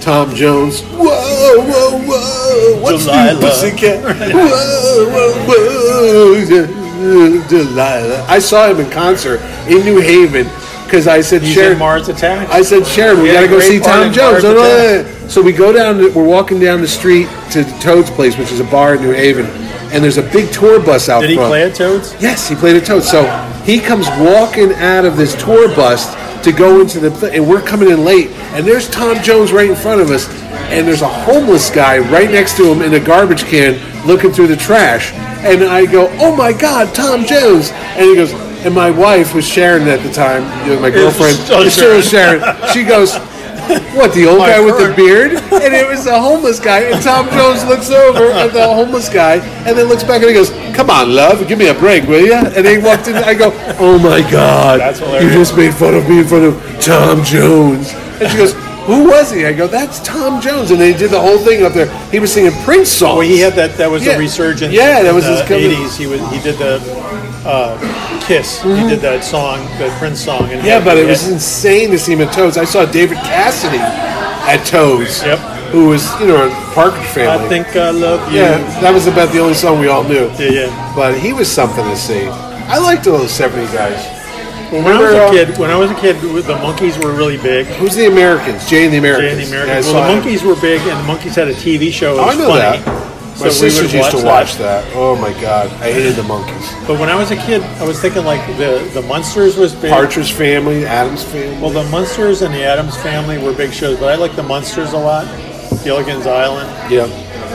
D: Tom Jones. Whoa, whoa, whoa! What's
C: Delilah.
D: new, pussycat? Whoa, whoa, whoa! De- Delilah. I saw him in concert in New Haven because I said,
C: He's
D: Sharon,
C: in Mars Attack.
D: I said, Sharon, we
C: He had
D: gotta
C: a
D: go
C: great
D: see
C: part
D: Tom
C: in
D: Jones.
C: Mars
D: No, no,
C: Attacks.
D: no, no. So we go down. To, we're walking down the street to Toad's place, which is a bar in New Haven, and there's a big tour bus out
C: Did he
D: front.
C: play at Toads?
D: Yes, he played a toad. So he comes walking out of this tour bus to go into the thing, and we're coming in late, and there's Tom Jones right in front of us, and there's a homeless guy right next to him in a garbage can looking through the trash, and I go, "Oh my God, Tom Jones!" And he goes, and my wife was Sharon at the time, you know, my girlfriend,
C: still
D: It's still Sharon. She goes. What the old
C: My
D: guy with the
C: word.
D: beard? And it was a homeless guy. And Tom Jones looks over at the homeless guy and then looks back and he goes, Come on, love, give me a break, will you? And he walked in. I go, Oh my God.
C: That's
D: you
C: hilarious.
D: just made fun of me in front of Tom Jones. And she goes, Who was he? I go, That's Tom Jones. And they did the whole thing up there. He was singing Prince songs.
C: Well, he had that. That was
D: Yeah.
C: the resurgence.
D: Yeah, that
C: in
D: was
C: the
D: his coming-
C: '80s. He was. He did the uh, Kiss. He did that song, the Prince song. And
D: Mm-hmm. Yeah,
C: had-
D: but it
C: had-
D: was insane to see him at Toads. I saw David Cassidy at Toads,
C: Yep.
D: who was, you know, a Parker family.
C: I think I love you.
D: Yeah, that was about the only song we all knew.
C: Yeah, yeah.
D: But he was something to see. I liked all those 70 guys.
C: When I was
D: Remember,
C: a
D: uh,
C: kid, when I was a kid, the monkeys were really big.
D: Who's the Americans? Jay and the
C: Jay and
D: Americans.
C: the
D: Yeah, I
C: Americans.
D: saw
C: well, the
D: him.
C: monkeys were big, and the monkeys had a TV show. It
D: Oh,
C: was
D: I know
C: funny.
D: that.
C: So
D: My
C: we
D: sisters
C: would
D: used to
C: watch
D: watch that. Oh my god, I hated the monkeys.
C: But when I was a kid, I was thinking like the the Munsters was big.
D: Partridge Family, Adams Family.
C: Well, the Munsters and the Adams Family were big shows, but I like the Munsters a lot. Gilligan's Island.
D: yeah,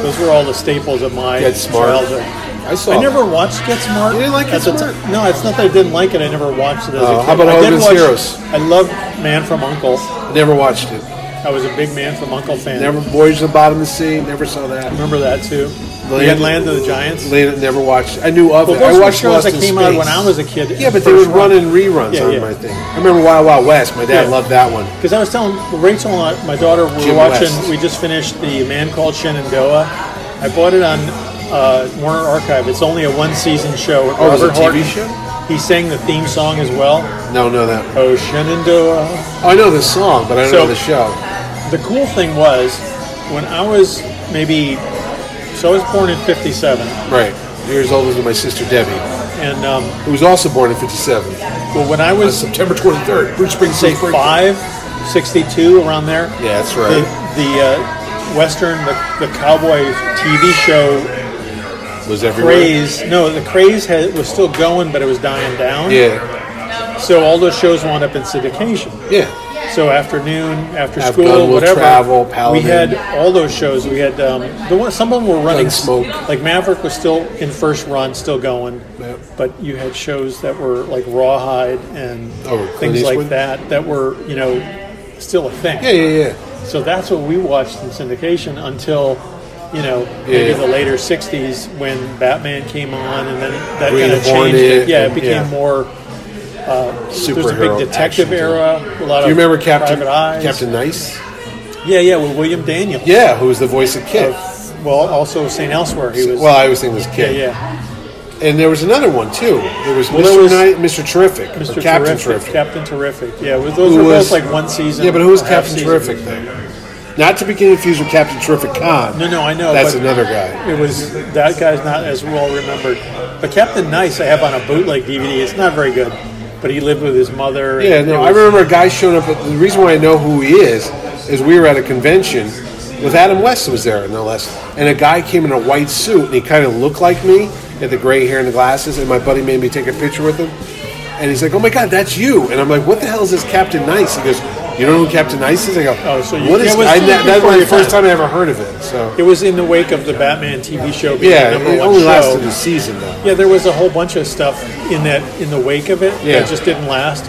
C: Those were all the staples of my
D: Get Smart.
C: childhood.
D: I saw.
C: I never watched Get Smart.
D: You didn't like Get
C: At the
D: Smart?
C: ti- no, it's not that I didn't like it. I never watched it as
D: Oh,
C: a kid.
D: how about
C: I did
D: Hogan's
C: watch-
D: Heroes?
C: I loved Man from U.N.C.L.E.
D: never watched it.
C: I was a big Man from U.N.C.L.E. fan.
D: Never Voyage to the Bottom of the Sea. Never saw that.
C: Remember that, too?
D: Land-
C: we had Land of the Giants.
D: Land, never watched. I knew of
C: Well,
D: it.
C: those
D: I
C: were
D: watched
C: shows
D: Lost
C: that
D: in
C: came
D: Space.
C: out when I was a kid.
D: Yeah, but they were running reruns
C: Yeah,
D: on
C: yeah.
D: my thing. I remember Wild Wild West. My dad
C: Yeah.
D: loved that one.
C: Because I was telling Rachel, and my daughter, we were
D: Jim
C: watching.
D: West.
C: We just finished the Man Called Shenandoah. I bought it on uh, Warner Archive. It's only a one season show.
D: Oh, it was a TV
C: Horton.
D: show?
C: He sang the theme song as well.
D: No, no, that.
C: Oh Shenandoah.
D: Oh, I know the song, but I don't
C: So-
D: know the show.
C: The cool thing was when I was maybe so I was born in '57,
D: Right. Years older than my sister Debbie,
C: and um,
D: who was also born in '57,
C: well, when I
D: on
C: was
D: September 23rd. Bruce
C: say
D: Springsteen's birthday.
C: five, 62 around there.
D: Yeah, that's
C: the,
D: right.
C: the uh, Western, the, the cowboy TV show
D: was everywhere.
C: craze. No, the craze had, was still going, but it was dying down.
D: Yeah,
C: So all those shows wound up in syndication.
D: yeah.
C: So afternoon, after
D: Have
C: school,
D: Gun Will
C: whatever.
D: Travel, Paladin.
C: We had all those shows. We had um, the one. Some of them were running.
D: Gunsmoke.
C: Like Maverick was still in first run, still going.
D: Yep.
C: But you had shows that were like Rawhide and
D: Oh, Clint
C: things
D: Eastwood?
C: like that that were you know still a thing.
D: Yeah, yeah, yeah.
C: So that's what we watched in syndication until, you know, maybe
D: Yeah.
C: the later '60s when Batman came on, and then that
D: Green
C: kind of
D: Hornet
C: changed it. Yeah,
D: and-
C: it became
D: yeah.
C: more. There's a
D: Superhero
C: big detective
D: action thing.
C: era. A lot
D: Do you
C: of
D: remember Captain
C: Private Eyes.
D: Captain Nice?
C: Yeah, yeah, with William Daniel.
D: Yeah, who was the voice of Kit.
C: Well, also St. Elsewhere. He was.
D: well, I was thinking it was
C: yeah,
D: Kid.
C: yeah.
D: And there was another one too. There was
C: there
D: Mr.
C: was-
D: Knight, Mr. Terrific, or
C: Mr.
D: Captain
C: Terrific,
D: Terrific.
C: Captain Terrific. Yeah, was, those
D: Who
C: were
D: was-
C: both like one season.
D: Yeah, but who was
C: or half
D: Captain
C: season.
D: Terrific then? Not to be confused with Captain Terrific Khan.
C: No, no, I know.
D: That's
C: but
D: another guy.
C: It was that guy's not as well remembered. But Captain Nice, I have on a bootleg DVD. It's not very good, but he lived with his mother. and
D: Yeah, no,
C: it
D: I
C: was-
D: remember a guy showing up. At, the reason why I know who he is is we were at a convention with Adam West was there, no less. And a guy came in a white suit, and he kind of looked like me, had the gray hair and the glasses. And my buddy made me take a picture with him. And he's like, "Oh my God, that's you!" And I'm like, "What the hell is this Captain Nice?" He goes, "You don't know who Captain Nice is?" I go,
C: Oh, so you-
D: what is?"
C: that was
D: I, that, that
C: before
D: was the
C: your
D: first
C: time.
D: time I ever heard of it. So
C: It was in the wake of the Batman TV show being
D: yeah,
C: the number
D: it
C: one
D: only
C: show.
D: lasted a season though.
C: Yeah, there was a whole bunch of stuff in that in the wake of it
D: Yeah.
C: that just didn't last.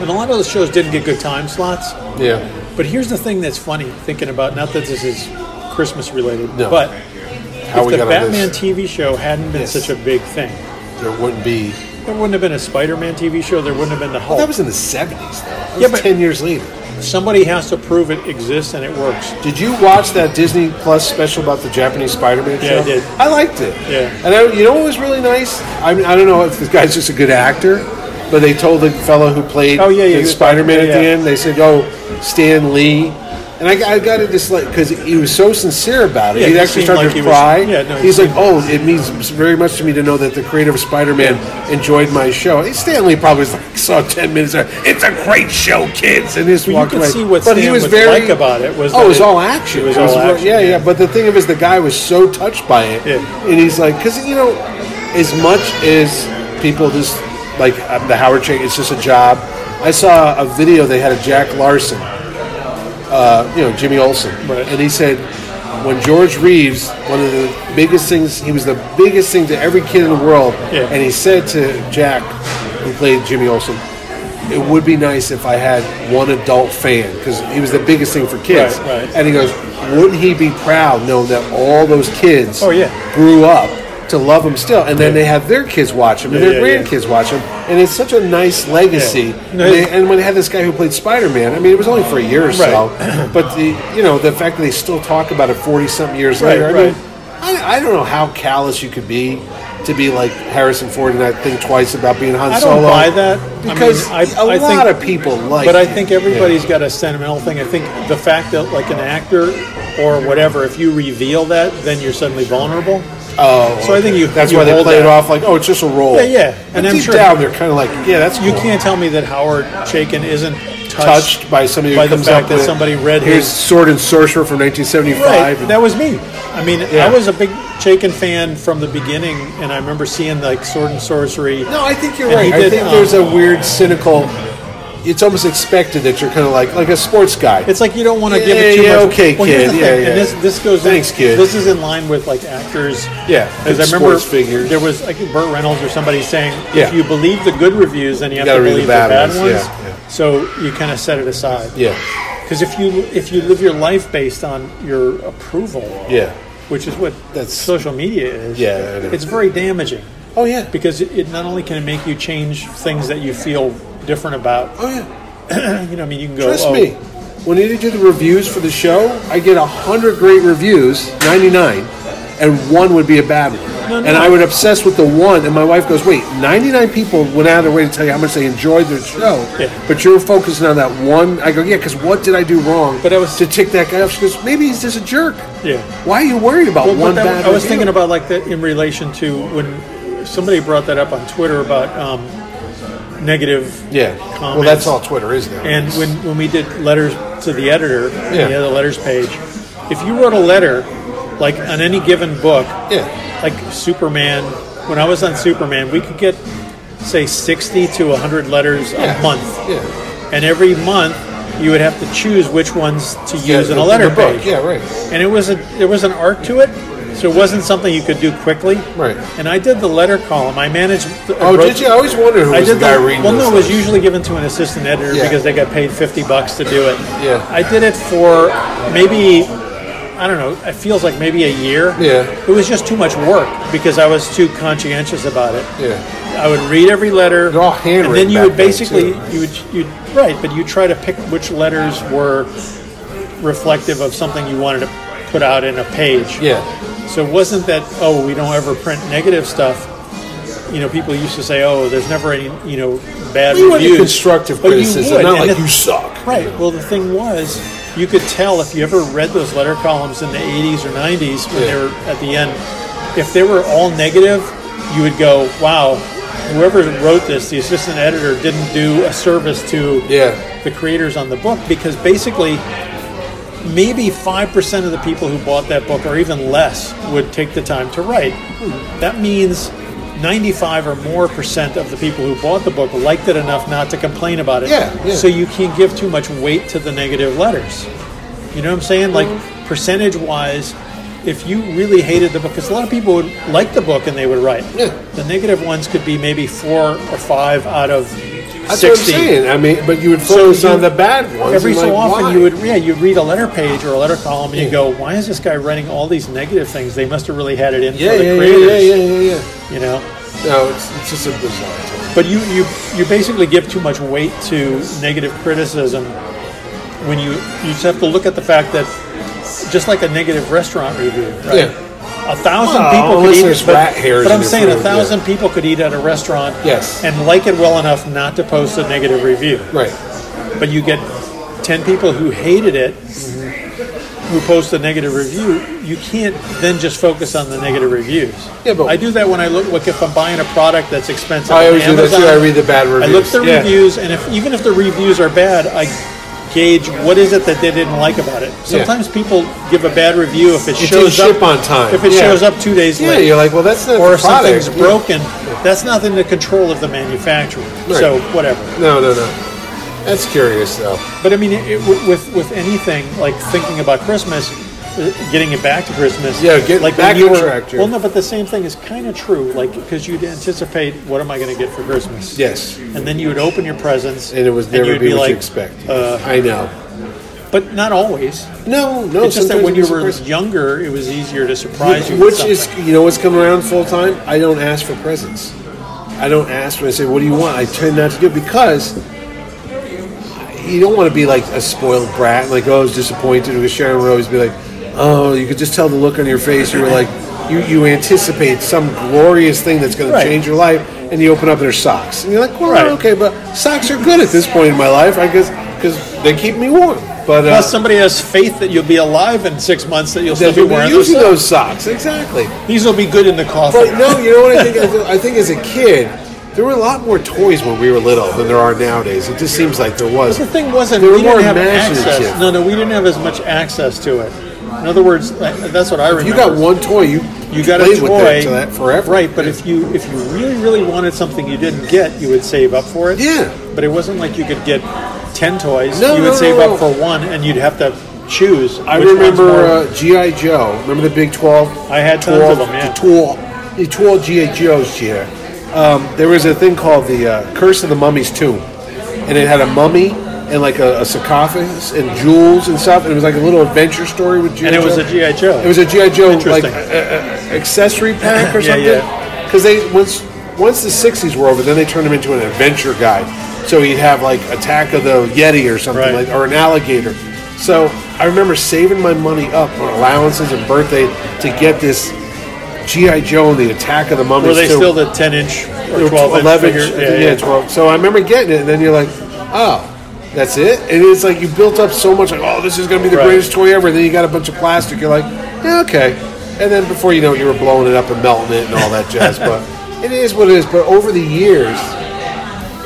C: And a lot of those shows didn't get good time slots.
D: Yeah,
C: But here's the thing that's funny thinking about not that this is Christmas related.
D: No.
C: But
D: How
C: if
D: we
C: the
D: got on
C: Batman
D: this?
C: TV show hadn't been
D: Yes.
C: such a big thing,
D: there wouldn't be.
C: there wouldn't have been a Spider-Man TV show. There wouldn't have been the Hulk.
D: That was in the seventies, though. That was
C: Yeah, but-
D: ten years later.
C: Somebody has to prove it exists and it works.
D: Did you watch that Disney Plus special about the Japanese Spider-Man
C: Yeah,
D: show?
C: I did.
D: I liked it.
C: Yeah.
D: And I, you know what was really nice? I mean, I don't know if this guy's just a good actor, but they told the fellow who played
C: Oh, yeah, yeah,
D: the
C: he was-
D: Spider-Man at
C: yeah,
D: the
C: yeah.
D: end, they said, "Oh, Stan Lee." And I, I got to just like because he was so sincere about it.
C: Yeah,
D: He'd
C: he
D: actually
C: seemed
D: started
C: like
D: to
C: he was-
D: cry.
C: yeah, no, he
D: He's like,
C: seemed-
D: "Oh, it means very much to me to know that the creator of Spider-Man enjoyed my show." And Stan Lee probably was like, saw ten minutes. Of, it's a great show, kids, and just
C: Well, you
D: walked
C: could
D: away.
C: see what
D: but he
C: Stan
D: was
C: would
D: very
C: like about it was
D: oh,
C: that
D: it was
C: it-
D: all action.
C: it was all
D: re-
C: action,
D: Yeah, yeah,
C: yeah.
D: But the thing is, the guy was so touched by it,
C: Yeah.
D: and he's like, because you know, as much as people just like uh, the Howard Chang, it's just a job. I saw a video they had of Jack Larson, uh, you know, Jimmy Olsen,
C: Right.
D: and he said. When George Reeves, one of the biggest things, he was the biggest thing to every kid in the world,
C: Yeah.
D: and he said to Jack, who played Jimmy Olsen, it would be nice if I had one adult fan because he was the biggest thing for kids.
C: Right, right.
D: And he goes, wouldn't he be proud knowing that all those kids
C: Oh, yeah.
D: grew up to love him still? And then they have their kids watch him and
C: Yeah,
D: their
C: yeah, yeah.
D: grandkids watch him. And it's such a nice legacy.
C: No,
D: and, they,
C: it's-
D: and when they had this guy who played Spider Man, I mean, it was only for a year or so. But, the, you know, the fact that they still talk about it 40 something years
C: Right,
D: later, I
C: right.
D: mean, I, I don't know how callous you could be to be like Harrison Ford and not think twice about being Han
C: I
D: Solo.
C: don't buy that I mean,
D: Because a
C: I- I think-
D: lot of people like
C: But I
D: it.
C: think everybody's got a sentimental thing. I think the fact that like an actor or whatever, if you reveal that, then you're suddenly vulnerable.
D: Oh,
C: So I think you-
D: That's
C: you
D: why they
C: hold
D: play it
C: that.
D: off like, oh, it's just a role.
C: Yeah, yeah.
D: And
C: And
D: but
C: I'm
D: deep
C: sure-
D: down, they're kind of like, yeah, that's
C: You
D: cool.
C: can't tell me that Howard Chaikin isn't touched,
D: touched by somebody who
C: by the
D: comes
C: fact
D: up
C: that
D: with,
C: somebody read
D: here's
C: his-
D: Sword and Sorcerer from 1975.
C: Right, that was me. I mean,
D: Yeah.
C: I was a big Chaikin fan from the beginning, and I remember seeing like Sword and Sorcery.
D: no, I think you're
C: And
D: right.
C: he
D: I
C: did,
D: think
C: um,
D: there's a weird cynical. It's almost expected that you're kind of like like a sports guy.
C: It's like you don't want to
D: Yeah,
C: give it too
D: yeah,
C: much.
D: okay,
C: well, here's
D: kid.
C: the
D: Yeah,
C: thing,
D: yeah.
C: And this this goes.
D: Thanks, kid.
C: This is in line with like actors.
D: Yeah,
C: because
D: and
C: I remember
D: sports figures.
C: there was like Burt Reynolds or somebody saying,
D: Yeah.
C: if you believe the good reviews, then you have
D: gotta
C: to
D: read the
C: believe the
D: bad
C: bad,
D: ones,
C: ones.
D: yeah, yeah.
C: So you kind of set it aside.
D: yeah,
C: Because if you if you live your life based on your approval,
D: yeah,
C: which is what
D: That's-
C: social media is,
D: Yeah, I know.
C: it's very damaging
D: oh yeah,
C: because it, it not only can it make you change things that you feel different about.
D: oh yeah.
C: You know, I mean, you can go.
D: Trust
C: oh,
D: me. When you do the reviews for the show, I get hundred great reviews, ninety nine, and one would be a bad one.
C: No, no.
D: And I would obsess with the one, and my wife goes, "Wait, ninety nine people went out of their way to tell you how much they enjoyed their show,
C: Yeah.
D: but you're focusing on that one." I go, "Yeah, because what did I do wrong?"
C: But I was-
D: to tick that guy off. She goes, "Maybe he's just a jerk."
C: Yeah.
D: Why are you worried about
C: Well,
D: one
C: but that-
D: bad?
C: I was
D: review?
C: thinking about like that in relation to when somebody brought that up on Twitter about um, negative
D: yeah.
C: comments.
D: Well, that's all Twitter is now.
C: And when, when we did letters to the editor,
D: Yeah.
C: yeah. the other letters page, if you wrote a letter, like on any given book,
D: yeah,
C: like Superman, when I was on Superman, we could get, say, 60 to 100 letters
D: yeah.
C: a month.
D: yeah.
C: And every month, you would have to choose which ones to use in
D: the-
C: a letter
D: the book.
C: page
D: Yeah, right.
C: and it was a there was an art to it, so it wasn't something you could do quickly.
D: Right.
C: And I did the letter column. I managed. I
D: Oh,
C: wrote-
D: did you? I always wondered who
C: I
D: was
C: did
D: the guy
C: the-
D: reading.
C: Well,
D: those
C: no, it was
D: things.
C: usually given to an assistant editor
D: Yeah.
C: because they got paid fifty bucks to do it.
D: Yeah.
C: I did it for maybe. I don't know. It feels like maybe a year.
D: Yeah.
C: It was just too much work because I was too conscientious about it.
D: Yeah.
C: I would read every letter.
D: They're all
C: And
D: handwritten
C: then you
D: back
C: would
D: then,
C: basically
D: too.
C: you would you right, but you try to pick which letters were reflective of something you wanted to put out in a page.
D: Yeah.
C: So it wasn't that oh we don't ever print negative stuff. You know, people used to say, "Oh, there's never any you know bad
D: We wanted
C: reviews."
D: constructive
C: But you
D: criticism,
C: would,
D: not
C: and
D: like
C: the-
D: you suck.
C: Right. Well, the thing was, you could tell if you ever read those letter columns in the 80s or 90s when
D: Yeah.
C: they were at the end, if they were all negative, you would go, wow, whoever wrote this, the assistant editor, didn't do a service to
D: Yeah.
C: the creators on the book because basically maybe 5% of the people who bought that book or even less would take the time to write that means 95 or more percent of the people who bought the book liked it enough not to complain about it
D: Yeah, yeah.
C: so you can't give too much weight to the negative letters you know what i'm saying like
D: Mm-hmm.
C: percentage wise if you really hated the book because a lot of people would like the book and they would write
D: Yeah.
C: the negative ones could be maybe four or five out of
D: That's what I'm
C: 60.
D: saying. I mean, but you would
C: So
D: focus
C: you-
D: on the bad ones.
C: Every
D: and,
C: so
D: like,
C: often,
D: why?
C: you would yeah, you read a letter page or a letter column, and you go, "Why is this guy writing all these negative things? They must have really had it in
D: Yeah,
C: for the
D: yeah, yeah,
C: creators."
D: yeah, yeah, yeah, yeah.
C: You know,
D: No, it's, it's just a bizarre time.
C: But you, you, you basically give too much weight to negative criticism when you, you just have to look at the fact that just like a negative restaurant review, right?
D: Yeah.
C: A thousand
D: Well,
C: people could
D: unless
C: eat
D: there's
C: but,
D: rat hairs
C: but
D: in
C: I'm
D: your
C: saying a
D: food, yeah.
C: thousand people could eat at a restaurant
D: Yes.
C: and like it well enough not to post a negative review.
D: Right.
C: But you get ten people who hated it who post a negative review, you can't then just focus on the negative reviews.
D: Yeah, but-
C: I do that when I look like if I'm buying a product that's expensive.
D: I
C: on
D: always do that too.
C: Amazon,
D: I read the bad
C: I
D: reviews.
C: look at the
D: yeah.
C: reviews, and if even if the reviews are bad, I gauge what is it that they didn't like about it. Sometimes people give a bad review if it,
D: It
C: shows
D: didn't
C: up
D: ship on time.
C: If it
D: Yeah.
C: shows up two days
D: Yeah,
C: late,
D: you're like, well, that's not
C: or
D: the
C: if something's
D: product.
C: broken, that's not in the control of the manufacturer.
D: Right.
C: So whatever.
D: No, no, no. That's curious though.
C: But I mean, it, it, with with anything like thinking about Christmas. uh, Getting it back to Christmas,
D: Yeah, get
C: like
D: back
C: when you
D: on
C: were-
D: track, Jerry.
C: Well, no, but the same thing is kind of true, like because you'd anticipate what am I going to get for Christmas?
D: Yes.
C: and then you would open your presents,
D: And it was never
C: you'd
D: be, what
C: like,
D: you expect.
C: uh,
D: I know.
C: But not always.
D: No, no.
C: It's just that
D: sometimes
C: when
D: it
C: you
D: was
C: were
D: surprising.
C: younger, it was easier to surprise you.
D: Which
C: with
D: is,
C: something.
D: you know, what's come around full time. I don't ask for presents. I don't ask when I say, "What do you want?" I tend not to do it because you don't want to be like a spoiled brat, like oh, I was disappointed. Because Sharon would always be like, "Oh, you could just tell the look on your face." You were like, you you anticipate some glorious thing that's going
C: Right.
D: to change your life, and you open up and there's socks, and you're like, "Well,
C: Right.
D: okay, but socks are good at this point in my life, I guess, because they keep me warm." But uh,
C: Unless somebody has faith that you'll be alive in six months, that you'll
D: they'll
C: still be
D: be
C: wearing those.
D: using those socks exactly.
C: These will be good in the coffin.
D: But no, you know what I think? I think- I think as a kid, there were a lot more toys when we were little than there are nowadays. It just seems like there was.
C: the thing wasn't
D: They were
C: we didn't
D: more
C: have
D: imaginative.
C: access. No, no, we didn't have as much access to it. In other words, like, that's what I remember.
D: You got one toy, you
C: You got a
D: played
C: toy
D: with that, to that forever,
C: right? But if you if you really really wanted something you didn't get, you would save up for it.
D: Yeah.
C: But it wasn't like you could get ten toys.
D: No,
C: you would
D: no,
C: save
D: no,
C: up
D: no.
C: for one, and you'd have to choose.
D: I
C: which one's
D: remember
C: more-
D: uh, GI Joe. Remember the Big Twelve?
C: I had tons of them, yeah.
D: The twelve, the twelve GI Joes. Yeah. Um, there was a thing called the uh, Curse of the Mummy's Tomb, and it had a mummy and like a, a sarcophagus and jewels and stuff. And it was like a little adventure story with GI
C: and it
D: Joe.
C: was a GI Joe.
D: It was a GI Joe like
C: Interesting.
D: a, a- accessory pack or
C: Yeah,
D: something.
C: yeah.
D: Because they once once the '60s were over, then they turned him into an adventure guide. So he'd have like Attack of the Yeti or something
C: Right.
D: like, or an alligator. So I remember saving my money up on allowances and birthday to get this GI Joe and the Attack of the Mummies.
C: Were they
D: too.
C: still the 10 inch or
D: Or
C: 12 inch?
D: 11
C: figure?
D: yeah, 12 so i remember getting it and then you're like oh that's it and it's like you built up so much like oh this is going to be the
C: Right.
D: greatest toy ever and then you got a bunch of plastic you're like yeah, okay and then before you know it you were blowing it up and melting it and all that jazz but it is what it is but over the years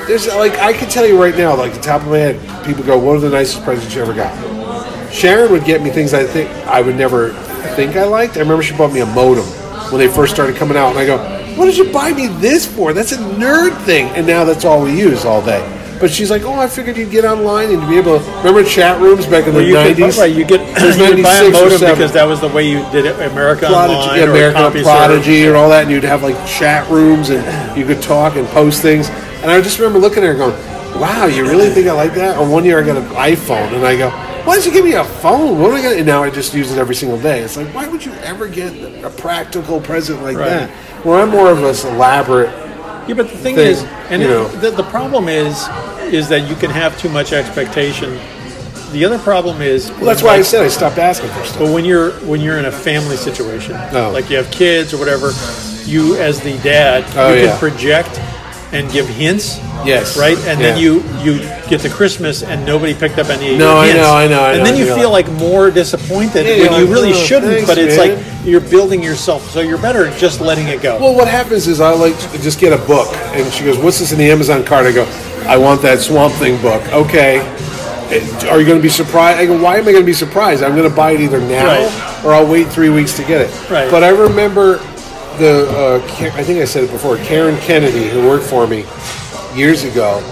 D: there's like i can tell you right now like the top of my head people go what are the nicest presents you ever got sharon would get me things i think i would never think i liked i remember she bought me a modem when they first started coming out and i go what did you buy me this for that's a nerd thing and now that's all we use all day but she's like, oh, I figured you'd get online and be able to remember chat rooms back in
C: Well,
D: the
C: you could,
D: nineties.
C: right, you get
D: There's
C: you would buy a
D: 96 or
C: modem
D: 7.
C: because that was the way you did it. America
D: Prodigy,
C: Online, or
D: American
C: Copy
D: Prodigy, and all that, and you'd have like chat rooms, and you could talk and post things. And I just remember looking at her going, "Wow, you really think I like that?" Or one year I got an iPhone, and I go, "Why did you give me a phone? What am I gonna?" And now I just use it every single day. It's like, why would you ever get a practical present like
C: Right.
D: that? Where I'm more of this elaborate.
C: Service. Yeah, but the thing
D: thing,
C: is, and
D: you
C: it-
D: know.
C: the, the problem is, is that you can have too much expectation. The other problem is,
D: Well, that's why I said I stopped asking for stuff.
C: But when you're when you're in a family situation,
D: Oh.
C: like you have kids or whatever, you as the dad,
D: Oh,
C: you
D: yeah.
C: can project and give hints.
D: Yes.
C: Right, and then
D: Yeah.
C: you you get to Christmas and nobody picked up any. of
D: No,
C: your
D: I
C: hints.
D: know, I know, I
C: And
D: know,
C: then
D: I
C: you
D: feel
C: feel like more disappointed
D: Yeah, you're
C: when you
D: like,
C: really
D: "Oh,
C: shouldn't. but
D: thanks,
C: it's
D: man."
C: like you're building yourself, so you're better at just letting it go.
D: Well, what happens is I like to just get a book, and she goes, "What's this in the Amazon cart?" I go, "I want that Swamp Thing book." Okay, It- are you going to be surprised? I go, "Why am I going to be surprised? I'm going to buy it either now
C: Right.
D: or I'll wait three weeks to get it."
C: Right.
D: But I remember the uh, Ka- I think I said it before. Karen Kennedy, who worked for me years ago,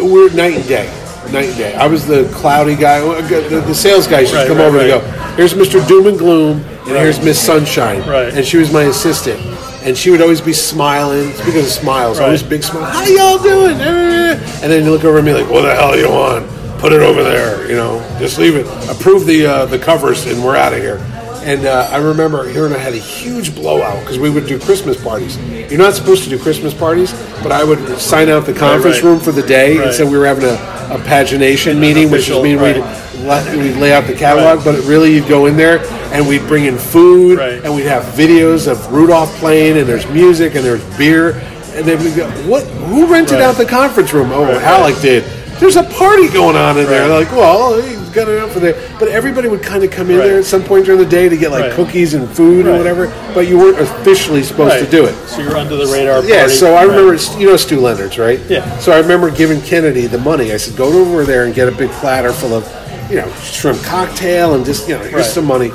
D: we're night and day, night and day. I was the cloudy guy. uh, The, the sales guy should
C: Right,
D: come
C: right,
D: over
C: right.
D: and go, "Here's Mr. Doom and Gloom." And here's Miss Sunshine,
C: Right.
D: and she was my assistant. and she would always be smiling. It's because of smiles. Always
C: Right.
D: big smile. How y'all doing? Eh. And then you look over at me like, what the hell you want? Put it over there. You know, just leave it. Approve the uh, the covers, and we're out of here. And uh, I remember here and I had a huge blowout because we would do Christmas parties. You're not supposed to do Christmas parties, but I would sign out the conference
C: right.
D: room for the day, and
C: Right.
D: so we were having a, a pagination meeting, which
C: official,
D: just mean we'd
C: right.
D: let- we'd lay out the catalog,
C: Right.
D: but it really you'd go in there and we'd bring in food
C: Right.
D: and we'd have videos of Rudolph playing and there's music and there's beer and then we go, what? Who rented
C: Right.
D: out the conference room? Oh,
C: Right,
D: Alec did. There's a party going on in there.
C: Right.
D: Like, well, he's got it out for there. But everybody would kind of come in
C: Right.
D: there at some point during the day to get like
C: Right.
D: cookies and food or
C: Right.
D: whatever. But you weren't officially supposed to do it.
C: So you're under the radar.
D: Yeah,
C: party.
D: so I
C: Right.
D: remember, you know Stu Leonard's, right?
C: Yeah.
D: So I remember giving Kennedy the money. I said, go over there and get a big platter full of, you know, shrimp cocktail and just, you know, here's
C: Right.
D: some money.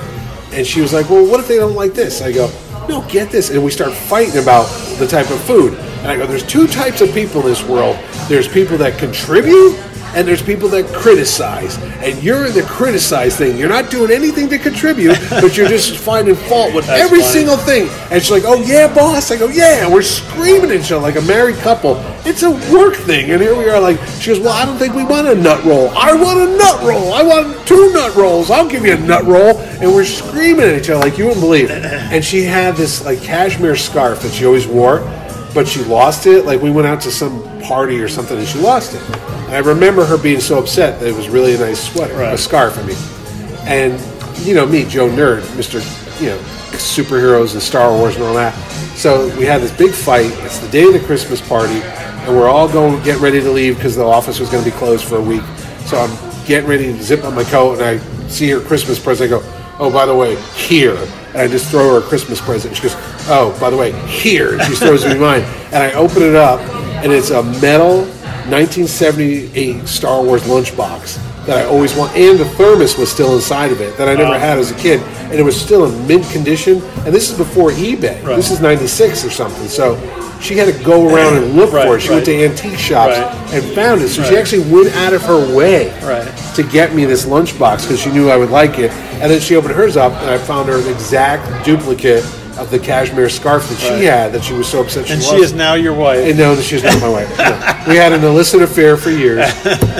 D: And she was like, well, what if they don't like this? I go, no, get this. And we start fighting about the type of food. And I go, there's two types of people in this world there's people that contribute. And there's people that criticize, and you're in the criticize thing. You're not doing anything to contribute, but you're just finding fault with
C: That's
D: every
C: funny.
D: single thing. And she's like, "Oh yeah, boss." I go, "Yeah." And we're screaming at each other like a married couple. It's a work thing, and here we are. Like she goes, "Well, I don't think we want a nut roll. I want a nut roll. I want two nut rolls. I'll give you a nut roll." And we're screaming at each other like you wouldn't believe. And she had this like cashmere scarf that she always wore, but she lost it. Like we went out to some party or something, and she lost it. And I remember her being so upset that it was really a nice sweater, a
C: Right.
D: scarf. I mean, and you know me, Joe Nerd, Mister, you know, superheroes and Star Wars and all that. So we had this big fight. It's the day of the Christmas party, and we're all going get ready to leave because the office was going to be closed for a week. So I'm getting ready to zip up my coat, and I see her Christmas present. I go, "Oh, by the way, here." And I just throw her a Christmas present. She goes, "Oh, by the way, here." And she throws me mine, and I open it up, and it's a metal 1978 Star Wars lunchbox that I always want, and the thermos was still inside of it that I
C: Oh.
D: never had as a kid, and it was still in mint condition. And this is before eBay.
C: Right.
D: This is '96 or something. So she had to go around and look
C: Right,
D: for it. She went to
C: right.
D: antique shops
C: Right.
D: and found it. So she
C: Right.
D: actually went out of her way
C: Right.
D: to get me this lunchbox because she knew I would like it. And then she opened hers up, and I found her an exact duplicate of the cashmere scarf that she
C: Right.
D: had that she was so upset she
C: And she
D: lost.
C: is now your wife.
D: And no, she's not my wife. No. We had an illicit affair for years.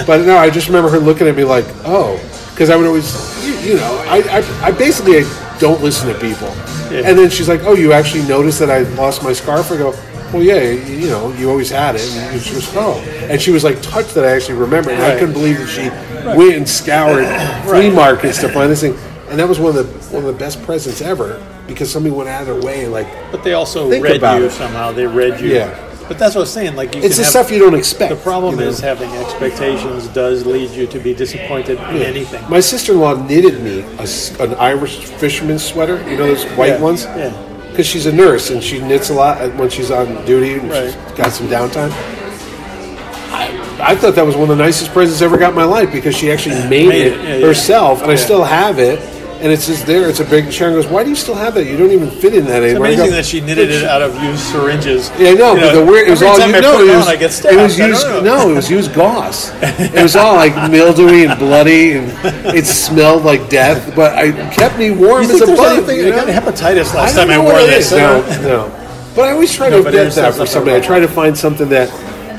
D: But no, I just remember her looking at me like, oh. Because I would always, you, you know, I, I, I basically I don't listen to people.
C: Yeah.
D: And then she's like, oh, you actually noticed that I lost my scarf? I go, well, yeah, you, you know, you always had it. And she was, oh. And she was like touched that I actually remembered. And I
C: Right.
D: couldn't believe that she went and scoured flea
C: Right.
D: markets to find this thing. And that was one of the one of the best presents ever because somebody went out of their way like
C: But they also
D: Think
C: read
D: about
C: you
D: it.
C: somehow. They read you.
D: Yeah.
C: But that's what I was saying. Like you
D: it's
C: can
D: the
C: have-
D: stuff you don't expect.
C: The problem
D: you know?
C: is having expectations does lead you to be disappointed in anything.
D: My sister-in-law knitted me a s an Irish fisherman's sweater. You know those white
C: Yeah,
D: ones?
C: yeah.
D: Because she's a nurse and she knits a lot uh, when she's on duty and she's
C: Right.
D: got some downtime. I, I thought that was one of the nicest presents I ever got in my life because she actually made,
C: Made
D: it,
C: it, yeah, yeah.
D: herself, and I
C: Yeah.
D: still have it. And it's just there. It's a big. Sharon goes, "Why do you still have that? You don't even fit in that
C: It's
D: anymore." I go,
C: amazing that she knitted it out of used syringes.
D: yeah, I know,
C: You
D: but the weird, it was
C: every
D: all
C: time
D: you
C: I
D: know.
C: put it,
D: It
C: on,
D: was,
C: I get
D: it
C: stabbed.
D: was
C: I don't
D: used.
C: know.
D: No, it was used gauze. It was all like mildewy and bloody, and it smelled like death. But I kept me warm
C: You
D: as
C: think
D: a
C: there's
D: bug.
C: anything-
D: you
C: I got
D: know?
C: hepatitis last
D: don't
C: time I
D: know
C: wore
D: what it
C: this.
D: is. No, no. But I always try
C: No,
D: to
C: but
D: get
C: there's
D: that
C: something
D: for somebody. I
C: wrong.
D: try to find something that,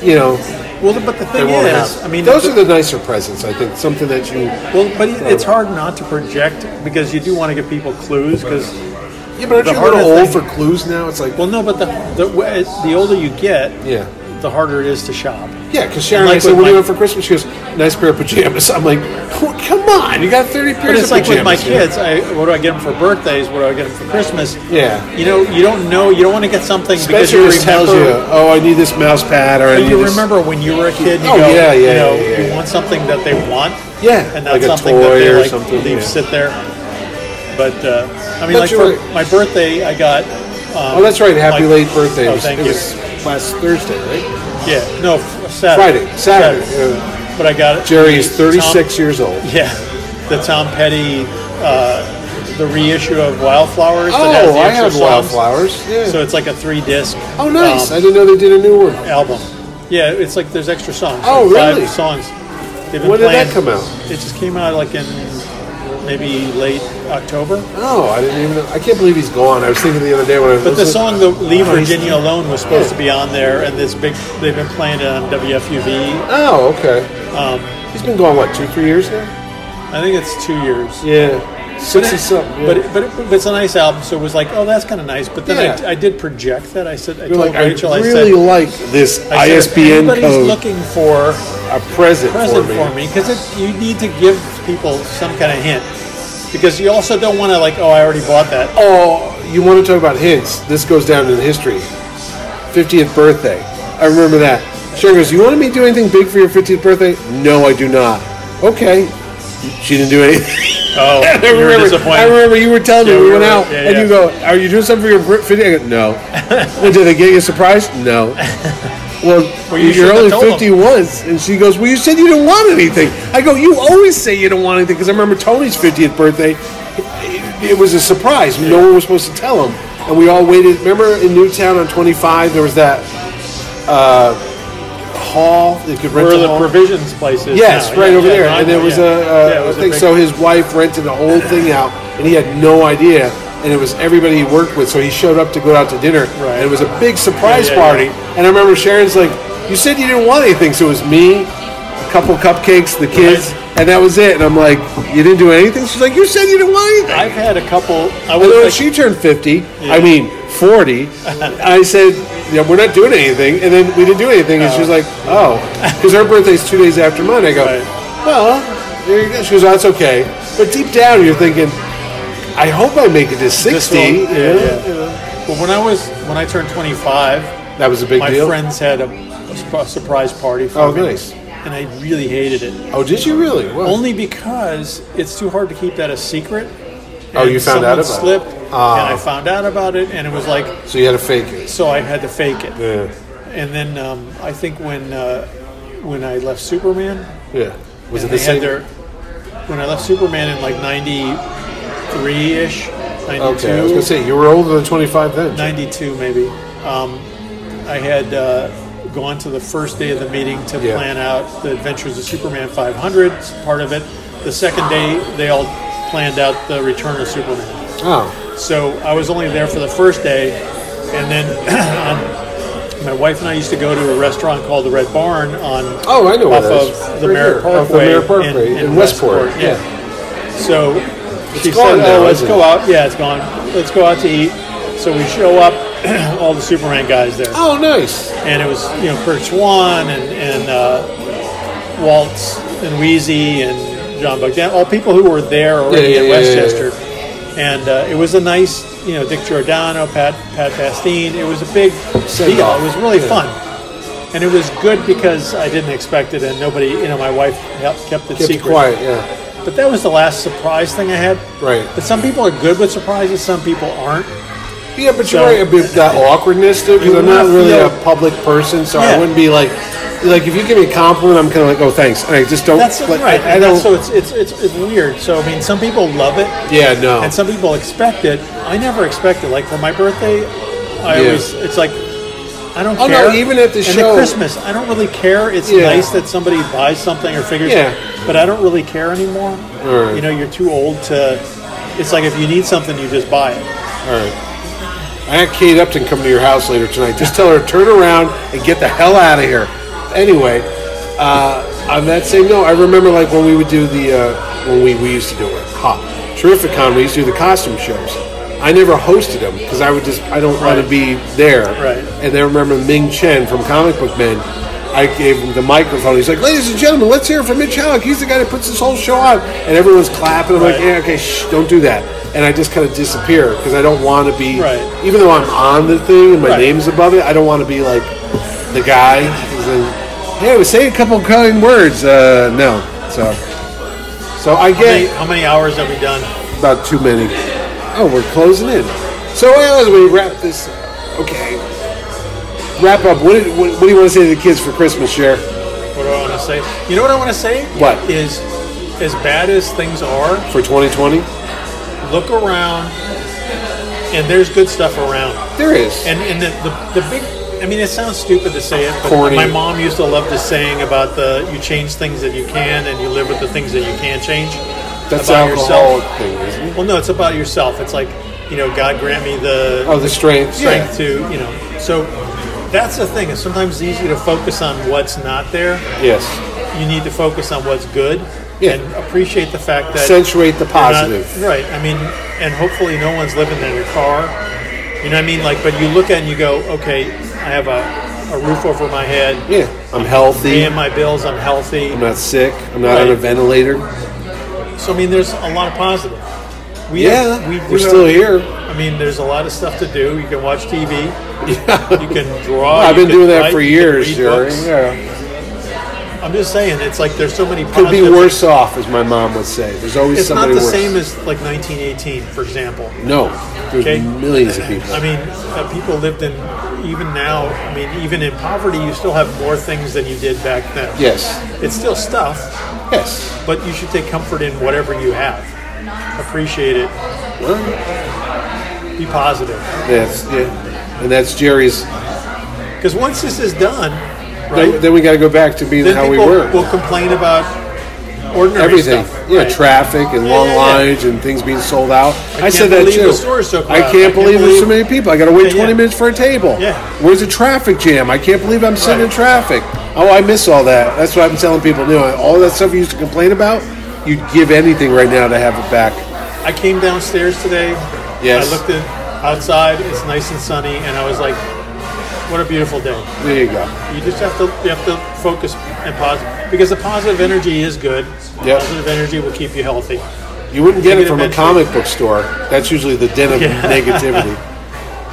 D: you know,
C: Well, but the
D: they
C: thing
D: won't
C: is,
D: have.
C: I mean,
D: those are the nicer presents. I think something that you.
C: Well, but it's hard not to project because you do want to give people clues because.
D: Yeah, but aren't
C: the
D: you a little
C: harder
D: old for
C: thing-
D: clues now? It's like,
C: Well, no, but the the, way- the older you get,
D: yeah.
C: the harder it is to shop.
D: Yeah, because Sharon,
C: Like
D: I said,
C: with
D: "What do you
C: my-
D: want for Christmas?" She goes, "Nice pair of pajamas." I'm like, "Oh, "Come on, you got 30 pairs
C: But it's
D: of
C: like with
D: pajamas."
C: my
D: you know?
C: kids. I, what do I get them for birthdays? What do I get them for Christmas?
D: Yeah.
C: You know, you don't know. You don't want to get something because you
D: Especially just tells you,
C: remember.
D: oh, I need this mouse pad, or I
C: but
D: need
C: You
D: this.
C: remember when you were a kid. You
D: Oh,
C: go,
D: yeah, yeah,
C: You know,
D: yeah, yeah, yeah.
C: you want something that they want.
D: Yeah,
C: And
D: like
C: that's
D: a
C: something
D: toy
C: that they
D: or
C: like
D: something,
C: leave
D: yeah.
C: sit there. But uh, I
D: But
C: mean, like
D: you're
C: for
D: right.
C: my birthday, I got. Um,
D: Oh, that's right. Happy
C: like-
D: late birthday.
C: Oh,
D: It was-
C: thank
D: it
C: you.
D: was last Thursday, right?
C: Yeah, no, f- Saturday.
D: Friday, Saturday. Uh,
C: But I got it.
D: Jerry is
C: Tom-
D: 36 years old.
C: Yeah, the Tom Petty, uh, the reissue of Wildflowers. that has
D: Oh,
C: the
D: I
C: extra
D: have
C: songs.
D: wildflowers. Yeah.
C: So um, it's like a three disc.
D: oh, nice. I didn't know they did a new one.
C: album. Yeah, it's like there's extra songs.
D: Oh,
C: like
D: really?
C: Five songs. They've been
D: When did that
C: playing-
D: come out?
C: It just came out like in maybe late October.
D: Oh, I didn't even. I can't believe he's gone. I was thinking the other day when I was.
C: But the
D: listening-
C: song "The Leave Virginia Alone" was supposed to be on there, and this big they've been playing it on WFUV.
D: Oh, okay.
C: Um,
D: He's been gone what two, three years now?
C: I think it's two years.
D: Yeah, sixty something.
C: But
D: But
C: it, but, it, but it's a nice album, so it was like, oh, that's kind of nice. But then
D: Yeah.
C: I, I did project that. I said, I
D: you're
C: told
D: like, I
C: Rachel, I
D: really
C: said,
D: like this
C: I said, if
D: ISBN
C: anybody's
D: code.
C: looking for
D: a present,
C: present
D: for me.
C: for me because you need to give people some kind of hint because you also don't want to like, oh, I already bought that.
D: Oh, you want to talk about hints? This goes down in history. 50th birthday. I remember that. Sharon goes, You want me to do anything big for your 50th birthday? No, I do not. Okay. She didn't do anything.
C: Oh,
D: I
C: you were
D: remember,
C: disappointed.
D: I remember you were telling
C: Yeah,
D: me we
C: we
D: went
C: were-
D: out
C: yeah,
D: and
C: yeah.
D: you go, Are you doing something for your bir- 50th? I go, No. well, did they get you a surprise? No. Well,
C: Well, you
D: you
C: shouldn't
D: are only
C: have told
D: 50
C: them.
D: once. And she goes, Well, you said you didn't want anything. I go, You always say you don't want anything. Because I remember Tony's 50th birthday. It, it was a surprise. No one was supposed to tell him. And we all waited. Remember in Newtown on 25, there was that uh, hall that could rent
C: where
D: a
C: the
D: hall?
C: provisions places.
D: Yes,
C: now.
D: right
C: Yeah,
D: over
C: yeah,
D: there.
C: no, I
D: and there
C: know,
D: was
C: yeah.
D: a, a
C: Yeah, it was a
D: thing.
C: big-
D: so his wife rented the whole thing out, and he had no idea. And it was everybody he worked with. So he showed up to go out to dinner.
C: Right.
D: And it was a big surprise
C: Yeah, yeah,
D: party. And I remember Sharon's like, "You said you didn't want anything." So it was me, a couple cupcakes, the kids, and that was it. And I'm like, "You didn't do anything?" She's like, "You said you didn't want anything."
C: I've had a couple. I
D: And then
C: was
D: when
C: like,
D: she turned 50, I mean 40, I said, yeah, we're not doing anything. And then we didn't do anything. And she was like, oh. Because her birthday's two days after mine. I go,
C: Right.
D: well, there you go. She goes, "Oh, that's okay. But deep down, you're thinking, I hope I make it to 60.
C: This will- yeah,
D: you know?
C: yeah. But when I was when I turned 25,
D: That was a big
C: my
D: deal.
C: friends had a, a sp- surprise party for
D: Oh,
C: me,
D: nice.
C: and I really hated it.
D: oh, did you really? What?
C: Only because it's too hard to keep that a secret.
D: Oh,
C: and
D: you found out about it.
C: someone slipped,
D: Ah.
C: and I found out about it, and it was like
D: so you had to fake it.
C: so I had to fake it.
D: Yeah.
C: And then um, I think when uh, when I left Superman,
D: Yeah. Was
C: and
D: it the
C: they had
D: same?
C: their when I left Superman in like '93 ish, '92.
D: okay, I was going to say, you were older than 25 then.
C: 92 maybe um, i had uh, gone to the first day of the meeting to
D: Yeah.
C: plan out the adventures of superman 500 part of it the second day they all planned out the return of superman
D: Oh,
C: so i was only there for the first day and then um, my wife and i used to go to a restaurant called the red barn on
D: oh I know
C: off
D: what that is.
C: of the
D: Right
C: merritt
D: here, off the
C: parkway,
D: Merritt Parkway in, Westport.
C: yeah so she
D: gone
C: said,
D: now,
C: "Oh, let's
D: isn't
C: go
D: it?"
C: out. Yeah, it's gone. Let's go out to eat." So we show up, all the Superman guys there,
D: Oh, nice.
C: and it was you know Kurt Swan and and uh, Waltz and Wheezy and John Bogdan, all people who were there already
D: Yeah, yeah,
C: at
D: yeah, yeah, yeah.
C: Westchester. And uh, it was a nice, you know, Dick Giordano, Pat Pat Bastine. It was a big deal.
D: off.
C: It was really
D: Yeah.
C: fun. And it was good because I didn't expect it, and nobody, you know, my wife helped, kept it
D: Kept
C: secret.
D: quiet, yeah.
C: But that was the last surprise thing I had.
D: Right.
C: But some people are good with surprises, some people aren't.
D: Yeah, but
C: So-
D: you're right about that awkwardness too, because
C: You
D: I'm not
C: wanna
D: really a
C: feel-
D: public person, so I
C: Yeah.
D: wouldn't be like, like if you give me a compliment, I'm kind of like, oh, thanks. And I just don't.
C: That's
D: like,
C: right.
D: I, I
C: and
D: don't.
C: that's- so it's, it's it's it's weird. So I mean, some people love it,
D: yeah, no.
C: and some people expect it. I never expect it. Like for my birthday, I
D: Yeah.
C: always it's like I don't
D: Oh, no,
C: care.
D: even at the
C: and
D: show-
C: at Christmas, I don't really care. It's
D: Yeah.
C: nice that somebody buys something or figures.
D: Yeah.
C: it, but I don't really care anymore.
D: Right.
C: You know, you're too old to. It's like if you need something, you just buy it.
D: All right. I had Kate Upton come to your house later tonight. Just tell her turn around and get the hell out of here. Anyway, uh, on that same note, I remember like when we would do the uh, when we, we used to do it. Ha! Terrific Con. We used to do the costume shows. I never hosted them because I would just I don't want to
C: Right.
D: be there.
C: Right.
D: And then I remember Ming Chen from Comic Book Men. I gave him the microphone. He's like, "Ladies and gentlemen, let's hear it from Mitch Halleck. He's the guy that puts this whole show on." And everyone's clapping. I'm like,
C: Right.
D: "Yeah, okay, shh, don't do that." And I just kind of disappear because I don't want to be
C: Right.
D: even though I'm on the thing and my
C: Right.
D: name's above it, I don't want to be like the guy. who's in, hey, well, say a couple kind words. Uh, no, so so I
C: How many,
D: get
C: how many hours have we done?
D: about too many. Oh, we're closing in. So as we wrap this, okay, wrap up. What, did, what, what do you want to say to the kids for Christmas, Cher?
C: What do I want to say? You know what I want to say?
D: What?
C: Is as bad as things are,
D: For 2020,
C: look around, and there's good stuff around.
D: there is.
C: And and the, the, the big, I mean, it sounds stupid to say it, but
D: Corny.
C: my mom used to love this saying about the you change things that you can, and you live with the things that you can't change.
D: That's the
C: about
D: alcoholic
C: yourself.
D: thing, isn't it?
C: Well, no, it's about yourself. It's like, you know, God grant me the
D: Oh, the strength.
C: strength to, you know. So that's the thing. Is sometimes it's easy to focus on what's not there.
D: Yeah. Yes.
C: You need to focus on what's good
D: Yeah.
C: and appreciate the fact that
D: Accentuate the
C: you're not-
D: positive.
C: right. I mean, and hopefully no one's living in your car. You know what I mean? Like, but you look at it and you go, okay, I have a, a roof over my head.
D: yeah. I'm healthy.
C: Paying my bills. I'm healthy.
D: I'm not sick. I'm not
C: Right.
D: on a ventilator.
C: So I mean, there's a lot of positive. We
D: Yeah.
C: we do
D: we're still
C: have-
D: here.
C: I mean, there's a lot of stuff to do. You can watch TV. You can draw.
D: I've
C: Oh, you
D: been
C: can
D: doing that
C: write,
D: for
C: you can
D: years,
C: read
D: Jerry.
C: books.
D: Yeah.
C: I'm just saying, it's like there's so many.
D: Could be
C: positive-
D: worse off, as my mom would say. There's always
C: It's not
D: somebody
C: the
D: worse.
C: same as like 1918, for example.
D: no. There's
C: Okay.
D: millions of people.
C: I mean, uh, people lived in even now. I mean, even in poverty, you still have more things than you did back then.
D: yes.
C: it's still stuff,
D: Yes.
C: but you should take comfort in whatever you have. Appreciate it.
D: Well,
C: Be positive.
D: that's yeah. And that's Jerry's.
C: Because once this is done, right?
D: Then, then we got to go back to being
C: then
D: how we
C: people
D: were.
C: will complain about ordinary
D: Everything,
C: stuff.
D: yeah,
C: right?
D: traffic and
C: Yeah,
D: long
C: yeah, yeah.
D: lines and things being sold out. I,
C: can't
D: said that
C: believe
D: too.
C: the store's so
D: I
C: crowded.
D: can't believe there's so many people. I got to wait
C: Yeah,
D: 20
C: yeah.
D: minutes for a table.
C: Yeah.
D: Where's the traffic jam? I can't believe I'm sitting in
C: Right.
D: traffic. Oh, I miss all that. That's what I'm telling people. You know, all that stuff you used to complain about, you'd give anything right now to have it back.
C: I came downstairs today.
D: Yes.
C: I looked at outside. It's nice and sunny, and I was like, "What a beautiful day."
D: There you go.
C: You just have to you have to focus and positive because the positive energy is good.
D: Yep.
C: Positive energy will keep you healthy.
D: You wouldn't get
C: Take
D: it
C: it
D: from a
C: eventually.
D: comic book store. That's usually the den of
C: Yeah.
D: negativity.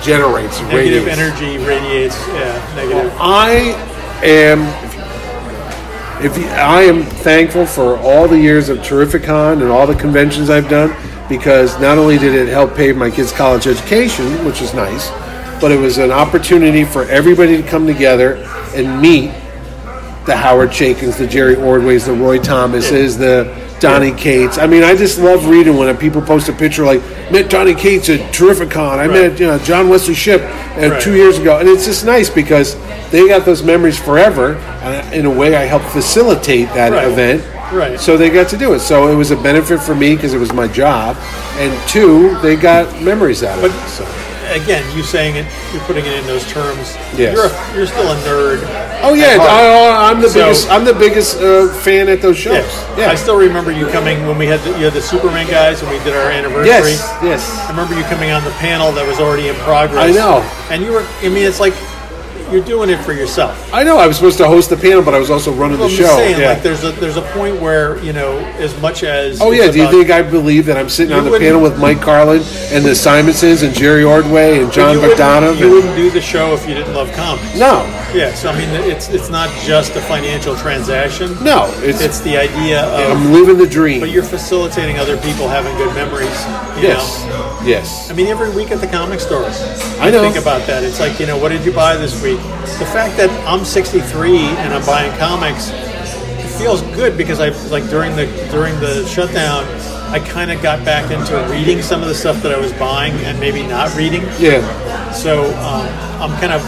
D: Generates
C: Negative
D: radiates.
C: energy radiates. Yeah, negative.
D: I am. If you, I am thankful for all the years of Terrificon and all the conventions I've done, because not only did it help pay my kids' college education, which is nice, but it was an opportunity for everybody to come together and meet the Howard Jenkins, the Jerry Ordways, the Roy Thomases, the Donnie Cates. I mean, I just love reading when people post a picture like met Donnie Cates at Terrificon. I met you know, John Wesley Ship uh,
C: Right.
D: two years ago, and it's just nice because they got those memories forever. And in a way, I helped facilitate that
C: Right.
D: event.
C: Right.
D: So they got to do it. So it was a benefit for me because it was my job, and two, they got memories out of
C: But-
D: it. So.
C: Again, you saying it, you're putting it in those terms.
D: Yes.
C: You're a, you're still a nerd.
D: Oh yeah,
C: At heart.
D: I, I'm the
C: So-
D: biggest. I'm the biggest uh, fan at those shows.
C: Yes.
D: Yeah.
C: I still remember you coming when we had the, you had the Superman guys and we did our anniversary.
D: yes. Yes.
C: I remember you coming on the panel that was already in progress.
D: I know.
C: And you were, I mean, it's like you're doing it for yourself.
D: I know I was supposed to host the panel, but I was also running
C: I'm
D: the
C: just
D: show.
C: saying,
D: yeah.
C: like, there's a there's a point where you know, as much as
D: oh
C: it's
D: yeah. Do you
C: about-
D: think I believe that I'm sitting
C: You
D: on the
C: wouldn't-
D: panel with Mike Carlin and the Simonsons and Jerry Ordway and
C: but
D: John
C: you wouldn't-
D: Bogdanov?
C: You
D: and-
C: wouldn't do the show if you didn't love comics.
D: No,
C: Yeah. So I mean, it's it's not just a financial transaction.
D: no. Um, It's,
C: It's the idea of.
D: I'm living the dream.
C: But you're facilitating other people having good memories. You
D: yes.
C: Know?
D: Yes.
C: I mean, every week at the comic store,
D: I know.
C: think about that. It's like, you know, what did you buy this week? The fact that I'm 63 and I'm buying comics it feels good because I like during the during the shutdown, I kind of got back into reading some of the stuff that I was buying and maybe not reading.
D: Yeah.
C: So um, I'm kind of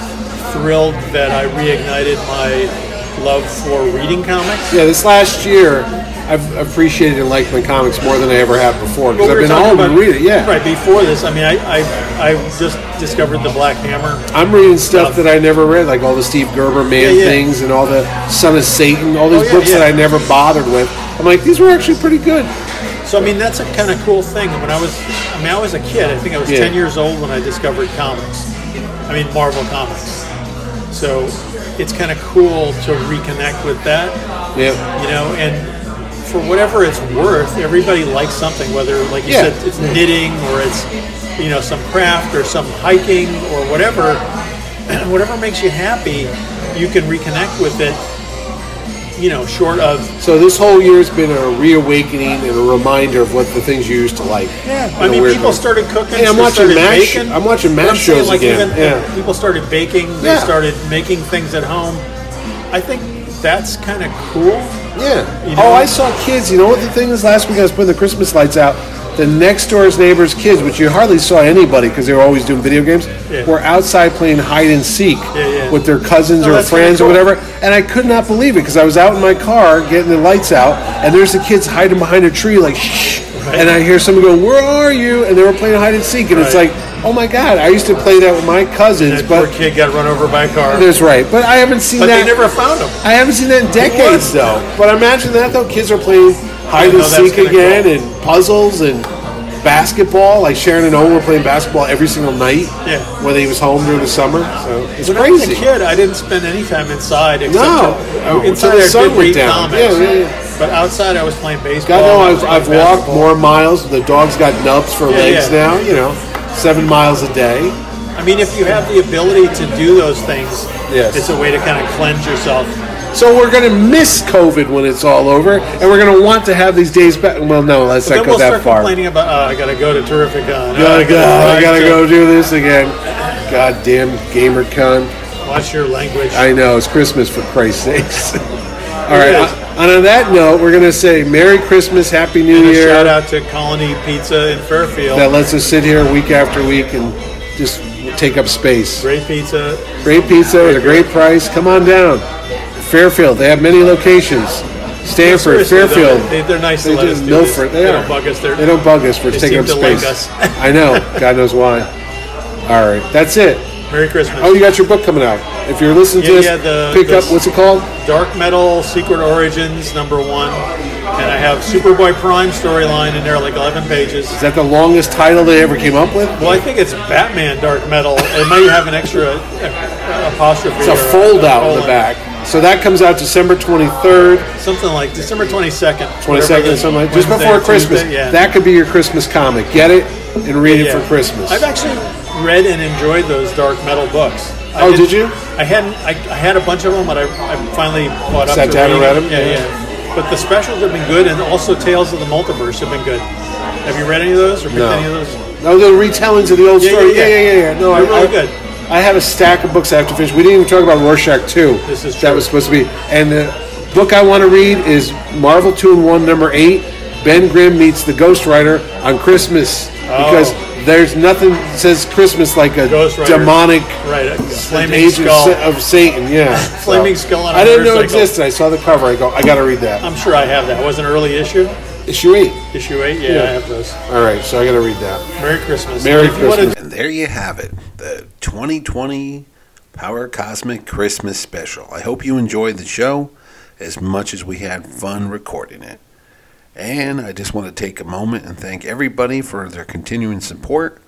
C: thrilled that I reignited my love for reading comics.
D: Yeah. This last year, I've appreciated and liked my comics more than I ever have before because
C: What we
D: I've been
C: were talking
D: home
C: about-
D: and read it. Yeah.
C: Right before this, I mean, I, I I just discovered the Black Hammer.
D: I'm reading stuff that I never read, like all the Steve Gerber man
C: Yeah, yeah.
D: things and all the Son of Satan, all these
C: Oh, yeah,
D: books
C: yeah.
D: that I never bothered with. I'm like, these were actually pretty good.
C: So I mean, that's a kind of cool thing. When I was, I mean, I was a kid. I think I was
D: Yeah.
C: ten years old when I discovered comics. I mean, Marvel comics. So it's kind of cool to reconnect with that,
D: Yeah.
C: you know. And for whatever it's worth, everybody likes something. Whether, like you
D: Yeah.
C: said, it's knitting or it's you know some craft or some hiking or whatever. whatever makes you happy, you can reconnect with it. You know, short of
D: So this whole year's been a reawakening and a reminder of what the things you used to like.
C: Yeah,
D: In
C: I
D: a
C: mean,
D: weird
C: people
D: way.
C: started cooking.
D: Hey, I'm
C: they
D: watching
C: started
D: MASH-
C: baking.
D: I'm watching
C: But I'm
D: MASH
C: saying,
D: shows
C: like,
D: again,
C: Even
D: yeah.
C: People started baking. They
D: Yeah.
C: started making things at home. I think that's kind of cool.
D: Yeah.
C: You know-
D: oh, I saw kids. You know what the thing is? Last week I was putting the Christmas lights out. The next door's neighbors' kids, which you hardly saw anybody because they were always doing video games,
C: Yeah.
D: were outside playing hide and seek.
C: Yeah, yeah.
D: with their cousins
C: Oh,
D: or
C: that's kinda
D: friends or
C: cool.
D: whatever. And I could not believe it because I was out in my car getting the lights out, and there's the kids hiding behind a tree, like shh. And I hear someone go, "Where are you?" And they were playing hide and seek, and it's
C: Right.
D: like, "Oh my god!" I used to play that with my cousins,
C: That poor
D: but
C: kid got run over by a car. But
D: that's right. But I haven't seen that.
C: they never found him.
D: I haven't seen that in decades,
C: What?
D: though. But I imagine that though, kids are playing hide
C: know
D: and
C: that's
D: seek
C: gonna
D: again, and puzzles and basketball. Like Sharon and Owen were playing basketball every single night
C: Yeah.
D: when he was home during the summer. So it's
C: When I was a
D: crazy.
C: kid, I didn't spend any time inside except
D: No.
C: to- uh,
D: Oh,
C: inside
D: till the
C: I
D: sun
C: did
D: went
C: read
D: down.
C: comics.
D: Yeah, yeah, yeah.
C: But outside, I was playing baseball.
D: God, no,
C: I was
D: I've, I've
C: playing
D: walked
C: basketball.
D: more miles. The dog's got nubs for legs
C: yeah.
D: now. You know, seven miles a day.
C: I mean, if you have the ability to do those things,
D: Yes.
C: it's a way to kind of cleanse yourself.
D: So we're gonna miss COVID when it's all over, and we're gonna want to have these days back. Well, no, let's not
C: But then
D: go
C: we'll
D: that
C: start
D: far.
C: complaining about, oh, I gotta go to uh, Terrific on.
D: Gotta go. I gotta go do this again. Goddamn GamerCon.
C: Watch your language.
D: I know it's Christmas for Christ's sakes. All right.
C: It is.
D: On, on that note, we're gonna say Merry Christmas, Happy New
C: and a
D: Year.
C: shout out to Colony Pizza in Fairfield.
D: That lets us sit here week after week and just take up space.
C: Great pizza.
D: Great pizza at a great price. Come on down. Fairfield. They have many locations. Stanford,
C: Seriously, though,
D: Fairfield.
C: They, are nice
D: They
C: to let
D: do
C: us do
D: Milford.
C: this.
D: They,
C: They
D: are.
C: don't bug us. They're,
D: They don't bug us for
C: they
D: taking
C: seem
D: up
C: to like
D: space.
C: us.
D: I know. God knows why. All right. That's it.
C: Merry Christmas.
D: Oh, you got your book coming out. If you're listening to
C: Yeah,
D: this,
C: yeah, the-
D: pick
C: the-
D: up what's it called?
C: Dark Metal Secret Origins number one, and I have Superboy Prime storyline in there, like 11 pages.
D: Is that the longest title they ever came up with?
C: Well, I think it's Batman Dark Metal. It might have an extra uh, apostrophe.
D: It's a
C: or
D: fold out in the
C: colon.
D: back. So that comes out December 23rd,
C: Something like December 22nd.
D: 22nd, something like just
C: Wednesday,
D: before Christmas.
C: Tuesday, yeah.
D: That could be your Christmas comic. Get it and read
C: Yeah.
D: it for Christmas.
C: I've actually read and enjoyed those dark metal books. I
D: Oh,
C: didn't-
D: did you?
C: I hadn't. I, I had a bunch of them, but I, I finally bought up.
D: Sat
C: to
D: down and
C: reading.
D: read 'em?
C: Yeah,
D: Yeah.
C: yeah. But the specials have been good, and also Tales of the Multiverse have been good. Have you read any of those or picked
D: No.
C: any of those?
D: Oh, the retellings of the old
C: Yeah,
D: story. Yeah,
C: yeah, yeah.
D: yeah, yeah. yeah. No, I,
C: They're really
D: I,
C: good.
D: I have a stack of books I have to finish. We didn't even talk about Rorschach 2.
C: This is
D: That
C: true.
D: was supposed to be. And the book I want to read is Marvel 2 and 1, number 8. Ben Grimm meets the Ghost Rider on Christmas.
C: Oh.
D: Because there's nothing says Christmas like a
C: Ghost Rider.
D: demonic
C: Right, a flaming
D: agent
C: skull.
D: of Satan. Yeah.
C: Flaming skull on a
D: I didn't know it
C: motorcycle.
D: existed. I saw the cover. I go, I got to read that.
C: I'm sure I have that. Was an early issue,
D: Issue 8.
C: issue eight. Yeah,
D: Yeah.
C: I have those.
D: All right, so I got to read that.
C: Merry Christmas.
D: Merry
C: If you wanna
D: Christmas.
B: And there you have it, the 2020 Power Cosmic Christmas Special. I hope you enjoyed the show as much as we had fun recording it. And I just want to take a moment and thank everybody for their continuing support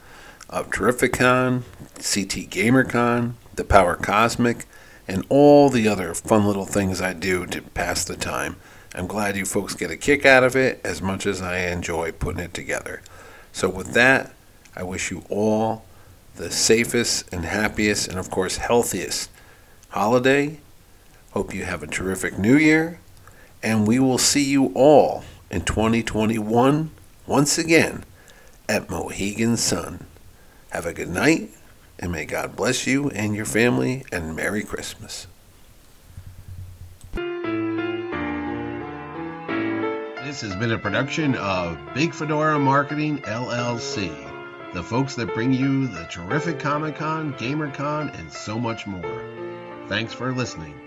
B: of Terrificon, CT GamerCon, the Power Cosmic, and all the other fun little things I do to pass the time. I'm glad you folks get a kick out of it as much as I enjoy putting it together. So, with that, I wish you all the safest and happiest and, of course, healthiest holiday. Hope you have a terrific new year. And we will see you all in 2021 once again at Mohegan Sun. Have a good night, and may God bless you and your family, and Merry Christmas.
E: This has been a production of Big Fedora Marketing LLC, the folks that bring you the terrific Comic Con, GamerCon, and so much more. Thanks for listening.